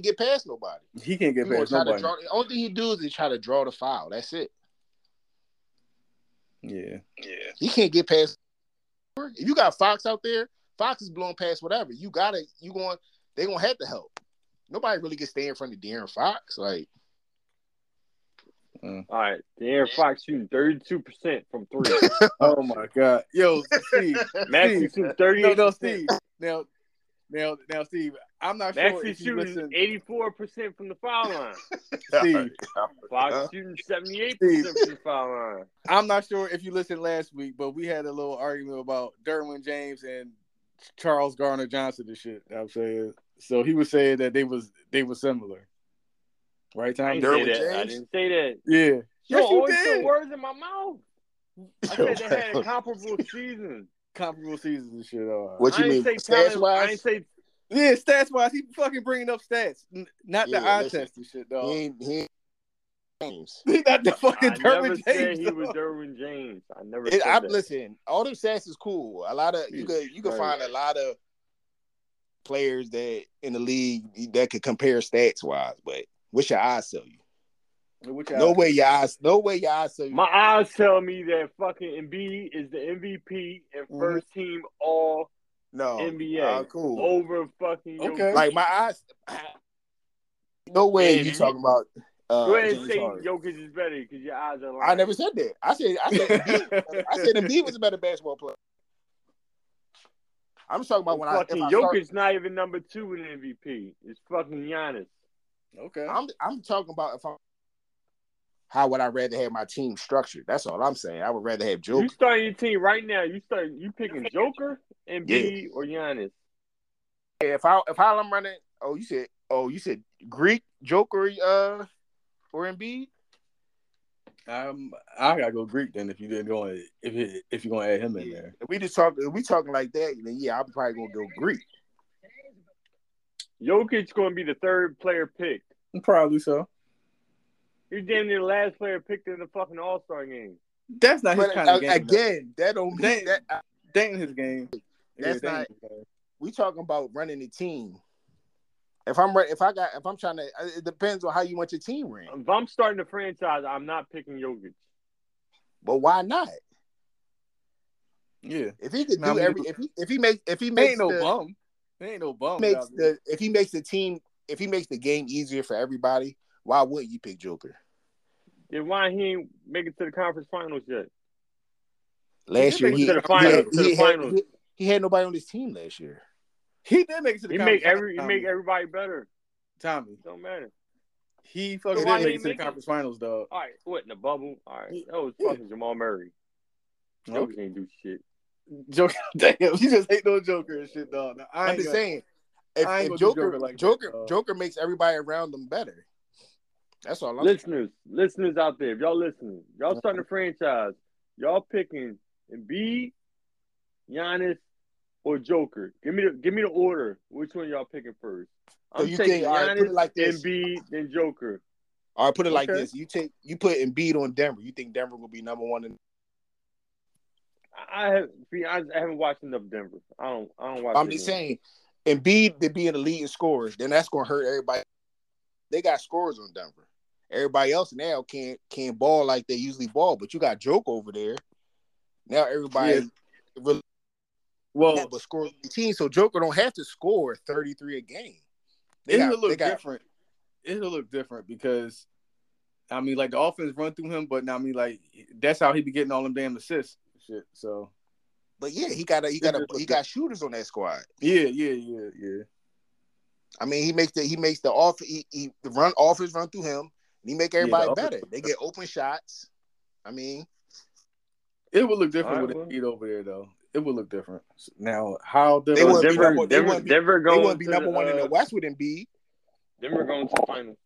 S4: get past nobody.
S3: He can't
S4: He
S3: get
S4: gonna
S3: past
S4: try to
S3: nobody.
S4: draw the only thing he do is he try to draw the foul. That's it.
S3: Yeah.
S4: Yeah. He can't get past if you got Fox out there, Fox is blowing past whatever. You gotta you going they gonna have to help. Nobody really can stay in front of De'Aaron Fox. Like
S2: All right, De'Aaron Fox shooting thirty-two percent from three.
S3: Oh my god. Yo, Steve.
S2: Maxie
S3: Steve.
S2: shooting
S3: no,
S2: thirty-eight.
S3: no, Steve. Now, now, now, Steve. I'm not sure
S2: Maxie
S3: if you
S2: shooting
S3: listen.
S2: eighty-four percent from the foul line.
S3: Steve,
S2: Fox shooting seventy-eight percent from the foul line.
S3: I'm not sure if you listened last week, but we had a little argument about Derwin James and Charles Garner Johnson and shit. I'm saying. So he was saying that they was they were similar, right?
S2: I
S3: Tom.
S2: didn't say
S4: Derwin
S2: that. I
S4: James?
S2: didn't say that.
S3: Yeah.
S2: You
S3: Yes, you
S2: always
S3: did.
S2: put words in my mouth. I said they had a comparable season.
S3: Comparable seasons and shit. uh, All right.
S4: What you
S2: I
S4: mean?
S2: ain't say
S4: Stats
S2: talent. I
S4: wise,
S2: ain't say
S3: Yeah, stats wise, he fucking bringing up stats, N- not the
S4: Yeah,
S3: eye
S4: listen.
S3: test and shit,
S4: he
S3: dog.
S4: ain't he ain't James.
S3: He not the
S2: I
S3: fucking
S2: never
S3: Derwin
S2: said
S3: James.
S2: he was
S3: dog.
S2: Derwin James. I never
S4: It,
S2: said
S4: I
S2: that.
S4: listen. All them stats is cool. A lot of you
S2: Jesus
S4: could you could
S2: Christ.
S4: find a lot of players that in the league that could compare stats wise, but what's your eyes tell you?
S3: What y'all-
S4: No way your eyes. No way your eyes tell you.
S2: My eyes tell me that fucking Embiid is the MVP and
S4: Mm-hmm.
S3: Mhm.
S2: 1st team all
S4: no
S2: NBA.
S4: Ah, cool.
S2: over fucking Jokic.
S3: Okay.
S4: Like my eyes. No way
S2: Yeah,
S4: you
S2: you-
S4: talking about. Uh,
S2: Go ahead and
S4: James
S2: say
S4: Harden.
S2: Jokic is better because your eyes are lying.
S4: I never said that. I said I said I said Embiid was a better basketball player. I'm just talking about when I, if
S2: fucking
S4: I start,
S2: Jokic's not even number two in MVP. It's fucking Giannis.
S3: okay.
S4: I'm I'm talking about if I'm how would I rather have my team structured? That's all I'm saying. I would rather have
S2: You
S4: Joker.
S2: starting your team right now. You start. You picking Joker, Embiid, or Giannis.
S4: Yeah, if I if I'm running, oh you said oh you said Greek Joker uh or Embiid.
S3: Um, I gotta go Greek then if you didn't go in, if it, if you're gonna add him in there.
S4: If we just talk if we talking like that, then yeah, I'm probably gonna go Greek.
S2: Jokic's going to be the third player picked.
S3: Probably so.
S2: He's damn near the last player picked in the fucking All Star game.
S3: That's not his
S4: But
S3: kind
S4: uh,
S3: of game. though.
S4: again, that don't mean
S3: Dang.
S4: that
S3: that ain't his game.
S4: That's
S3: that
S4: not-
S3: ain't his game.
S4: we talking about running a team. If I'm re- if I got if I'm trying to, uh, it depends on how you want your team ran.
S2: If I'm starting a franchise, I'm not picking Jokic.
S4: But why not?
S3: Yeah,
S4: If he could
S3: Nah,
S4: do
S3: I mean,
S4: every, if he if he makes if he
S3: they
S4: makes
S3: ain't no
S4: the,
S3: bum. They ain't no bum.
S4: makes
S3: dog.
S4: the if he makes the team if he makes the game easier for everybody, why wouldn't you pick Joker?
S2: Then why he ain't make it to the conference finals yet?
S4: Last
S3: did
S4: year
S3: make
S4: he,
S3: it
S2: to the finals, to the
S4: he, had,
S2: finals.
S4: he, he had nobody on his team last year.
S3: he did make it to the
S2: He
S3: conference.
S2: make every he
S3: finals,
S2: make
S3: Tommy.
S2: everybody better.
S3: Tommy.
S2: Don't matter.
S3: He fucking
S2: So why
S3: did
S2: he
S3: make it to the
S2: make it?
S3: conference finals, dog.
S2: All right, what in the bubble? All right, that was
S3: Yeah.
S2: fucking Jamal Murray. Jokic
S3: Okay.
S2: can't do shit.
S3: Joker, damn, you just hate no Joker and shit, dog. Now, I
S4: I'm
S3: ain't
S4: just
S3: gonna-
S4: saying, if,
S3: I ain't gonna do
S4: if Joker Joker
S3: Joker like that,
S4: Joker,
S3: dog.
S4: makes everybody around them better. That's all I'm.
S2: Listeners, listeners out there, if y'all listening, y'all starting a franchise, y'all picking Embiid, Giannis, or Joker. Give me the give me the order. Which one y'all picking first?
S4: So
S2: I'm
S4: you
S2: taking
S4: think- all right, put it
S2: Giannis,
S4: like this.
S2: Embiid, then Joker.
S4: All right, put it like
S3: Okay.
S4: this: you take you put Embiid on Denver. You think Denver will be number one in
S2: I I have to be honest, I haven't watched enough Denver. I don't I don't watch.
S4: I'm just
S2: Denver.
S4: saying, Embiid to be in the lead in scores, then that's gonna hurt everybody. They got scores on Denver. Everybody else now can't can't ball like they usually ball, but you got Joke over there. Now everybody
S3: Yeah.
S4: really
S3: Well,
S4: but scores 18, so Joker don't have to score 33 a game. They
S3: it'll
S4: got- they
S3: look
S4: got-
S3: different. It'll look different because I mean, like the offense run through him, but now I mean, like that's how he be getting all them damn assists. and Shit. So
S4: But yeah, he got a, he got a, he got shooters on that squad.
S3: yeah, yeah, yeah, yeah.
S4: I mean, he makes the he makes the off he, he the run offers run through him, and he make
S3: the
S4: everybody
S3: offense-
S4: better. They get open shots. I mean,
S3: It would look different
S2: All right,
S3: with
S2: well.
S3: Embiid over there, though. It would look different. Now, how uh,
S4: They
S3: different?
S2: So
S4: wouldn't be
S2: Denver,
S4: number- they
S2: Denver,
S4: wouldn't be-
S2: Denver
S4: they
S2: going
S4: wouldn't be
S2: to
S4: number
S2: the,
S4: one in
S2: uh,
S4: the West with Embiid.
S2: Denver going to the finals.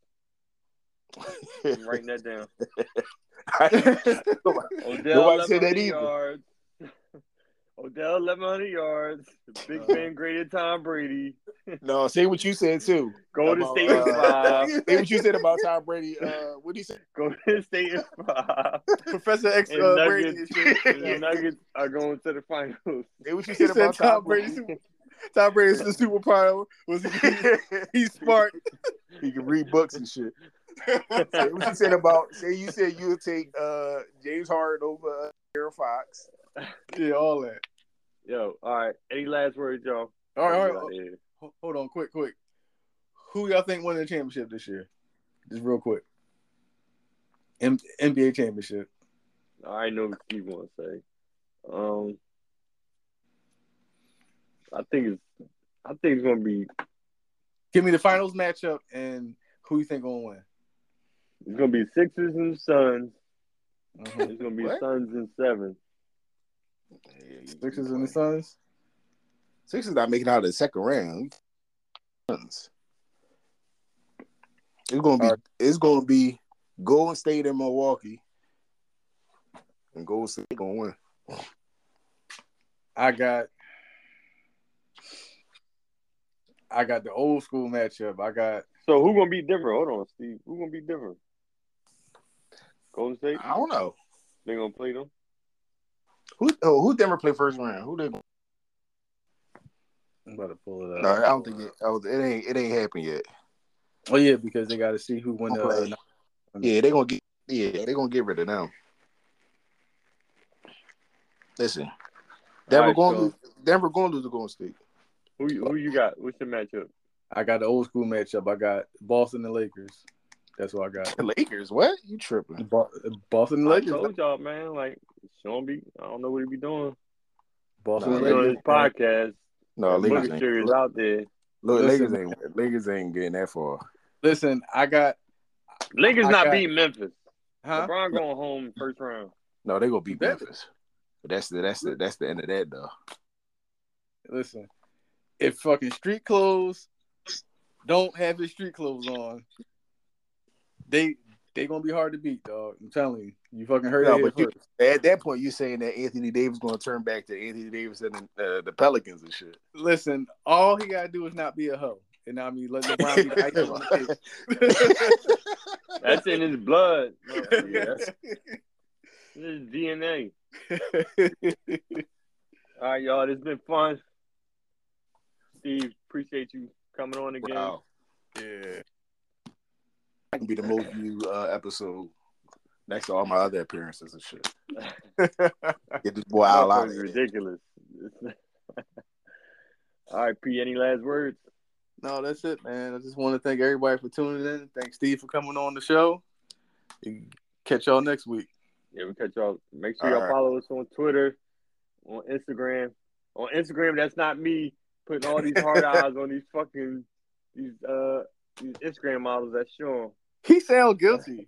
S2: I'm writing that down.
S4: Nobody
S2: Odell
S4: said that either.
S2: yards. Odell 1,100 yards. The big man graded Tom Brady.
S4: No, say what you said too.
S2: Golden
S4: About,
S2: State in
S4: uh,
S2: five.
S4: Say what you said about Tom Brady. Uh, what do you say?
S2: Golden State in five.
S3: Professor X
S2: And
S3: uh, Brady
S2: Nuggets,
S3: and shit.
S2: and the Nuggets are going to the finals.
S4: Say what you
S3: He
S4: said
S3: said
S4: about
S3: Tom Brady's Tom Brady's the super power was he's smart.
S4: He can read books and shit. Say what you said about say you said you'll take uh James Harden over uh, Aaron Fox.
S3: Yeah, all that.
S2: Yo, all right. Any last words, y'all?
S3: All
S2: We
S3: right, all right.
S2: out of here.
S3: Ho- Hold on, quick, quick. Who y'all think won the championship this year? Just real quick. M- NBA championship.
S2: I know what you want to say. Um, I think it's, I think it's gonna be,
S3: Give me the finals matchup and who you think gonna win?
S2: it's gonna be Sixers and Suns.
S3: Uh-huh.
S2: It's gonna be
S4: What?
S2: Suns and seven.
S3: Sixers and the Suns.
S4: Sixers not making it out of the second round. Suns. It's gonna be
S3: All right.
S4: it's gonna be Golden State in Milwaukee, and Golden State gonna win.
S3: I got. I got the old school matchup. I got.
S2: So who gonna be different? Hold on, Steve. Who gonna be different? Golden State.
S4: I don't know
S2: They gonna play them.
S4: who oh, who Denver play first round. Who they? No,
S3: I'm about to pull it up.
S4: I don't think it. Oh, it ain't it ain't happened yet.
S3: Oh yeah, because they got to see who won the.
S4: Okay. Yeah, they gonna get. Yeah, they gonna get rid of them. Listen, Denver
S2: All
S4: going
S2: right,
S4: to lose, Denver going to lose to Golden State.
S2: Who you- who you got? What's the matchup?
S3: I got the old school matchup. I got Boston and Lakers. That's what I got.
S4: The Lakers, what? You tripping?
S3: Bo- Boston and
S2: I
S3: Lakers.
S2: told y'all, man. Like Sean be, I don't know what he be doing.
S3: Boston
S2: He's
S4: Nah,
S3: and
S4: they
S2: doing
S3: Lakers.
S2: his podcast.
S4: No, Oh, Lakers
S2: Booker
S4: ain't.
S2: series out there.
S4: Look,
S3: Listen.
S4: Lakers ain't. Lakers ain't getting that far.
S3: Listen, I got.
S2: Lakers
S3: I
S2: not
S3: got-
S2: beating Memphis.
S3: Huh?
S2: LeBron going home first round.
S4: No, they gonna beat
S3: Denver.
S4: Memphis. But that's the that's the that's the end of that though.
S3: Listen, if fucking street clothes don't have his street clothes on, they they gonna be hard to beat, dog. I'm telling you. You fucking heard
S4: No,
S3: it here
S4: but you-
S3: first.
S4: At that point, you saying that Anthony Davis gonna turn back to Anthony Davis and the, uh, the Pelicans and shit.
S3: Listen, all he gotta do is not be a hoe, and I mean let LeBron be the icing on the cake.
S2: That's in his blood. Oh,
S4: Yeah,
S2: This
S4: that's-
S2: is DNA. All right, y'all. This been fun. Steve, appreciate you coming on again.
S4: wow.
S3: yeah.
S4: That can be the most viewed uh, episode next to all my other appearances and shit. Get this boy out
S2: Wow,
S4: of here.
S2: ridiculous. All right, P. Any last words?
S3: No, that's it, man. I just want to thank everybody for tuning in. Thanks, Steve, for coming on the show. Catch y'all next week.
S2: Yeah, we catch y'all. Make sure
S4: All
S2: y'all all
S4: right.
S2: follow us on Twitter, on Instagram. On Instagram, that's not me putting all these hard eyes on these fucking these uh these Instagram models. That's Sean.
S3: He sound guilty.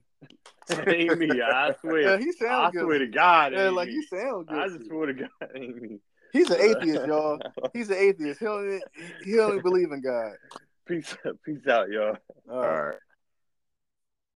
S2: It ain't me. I
S3: Yeah,
S2: swear.
S3: he
S2: I
S3: sound
S2: swear
S3: guilty.
S2: to God. it
S3: Yeah,
S2: ain't
S3: like
S2: me.
S3: he sound
S2: I
S3: guilty.
S2: just swear to God, it ain't me.
S3: He's an atheist, y'all. He's e, an atheist. He only he only believe in God. Uh,
S2: Peace, peace out, y'all.
S3: All
S4: All
S3: right.
S4: right.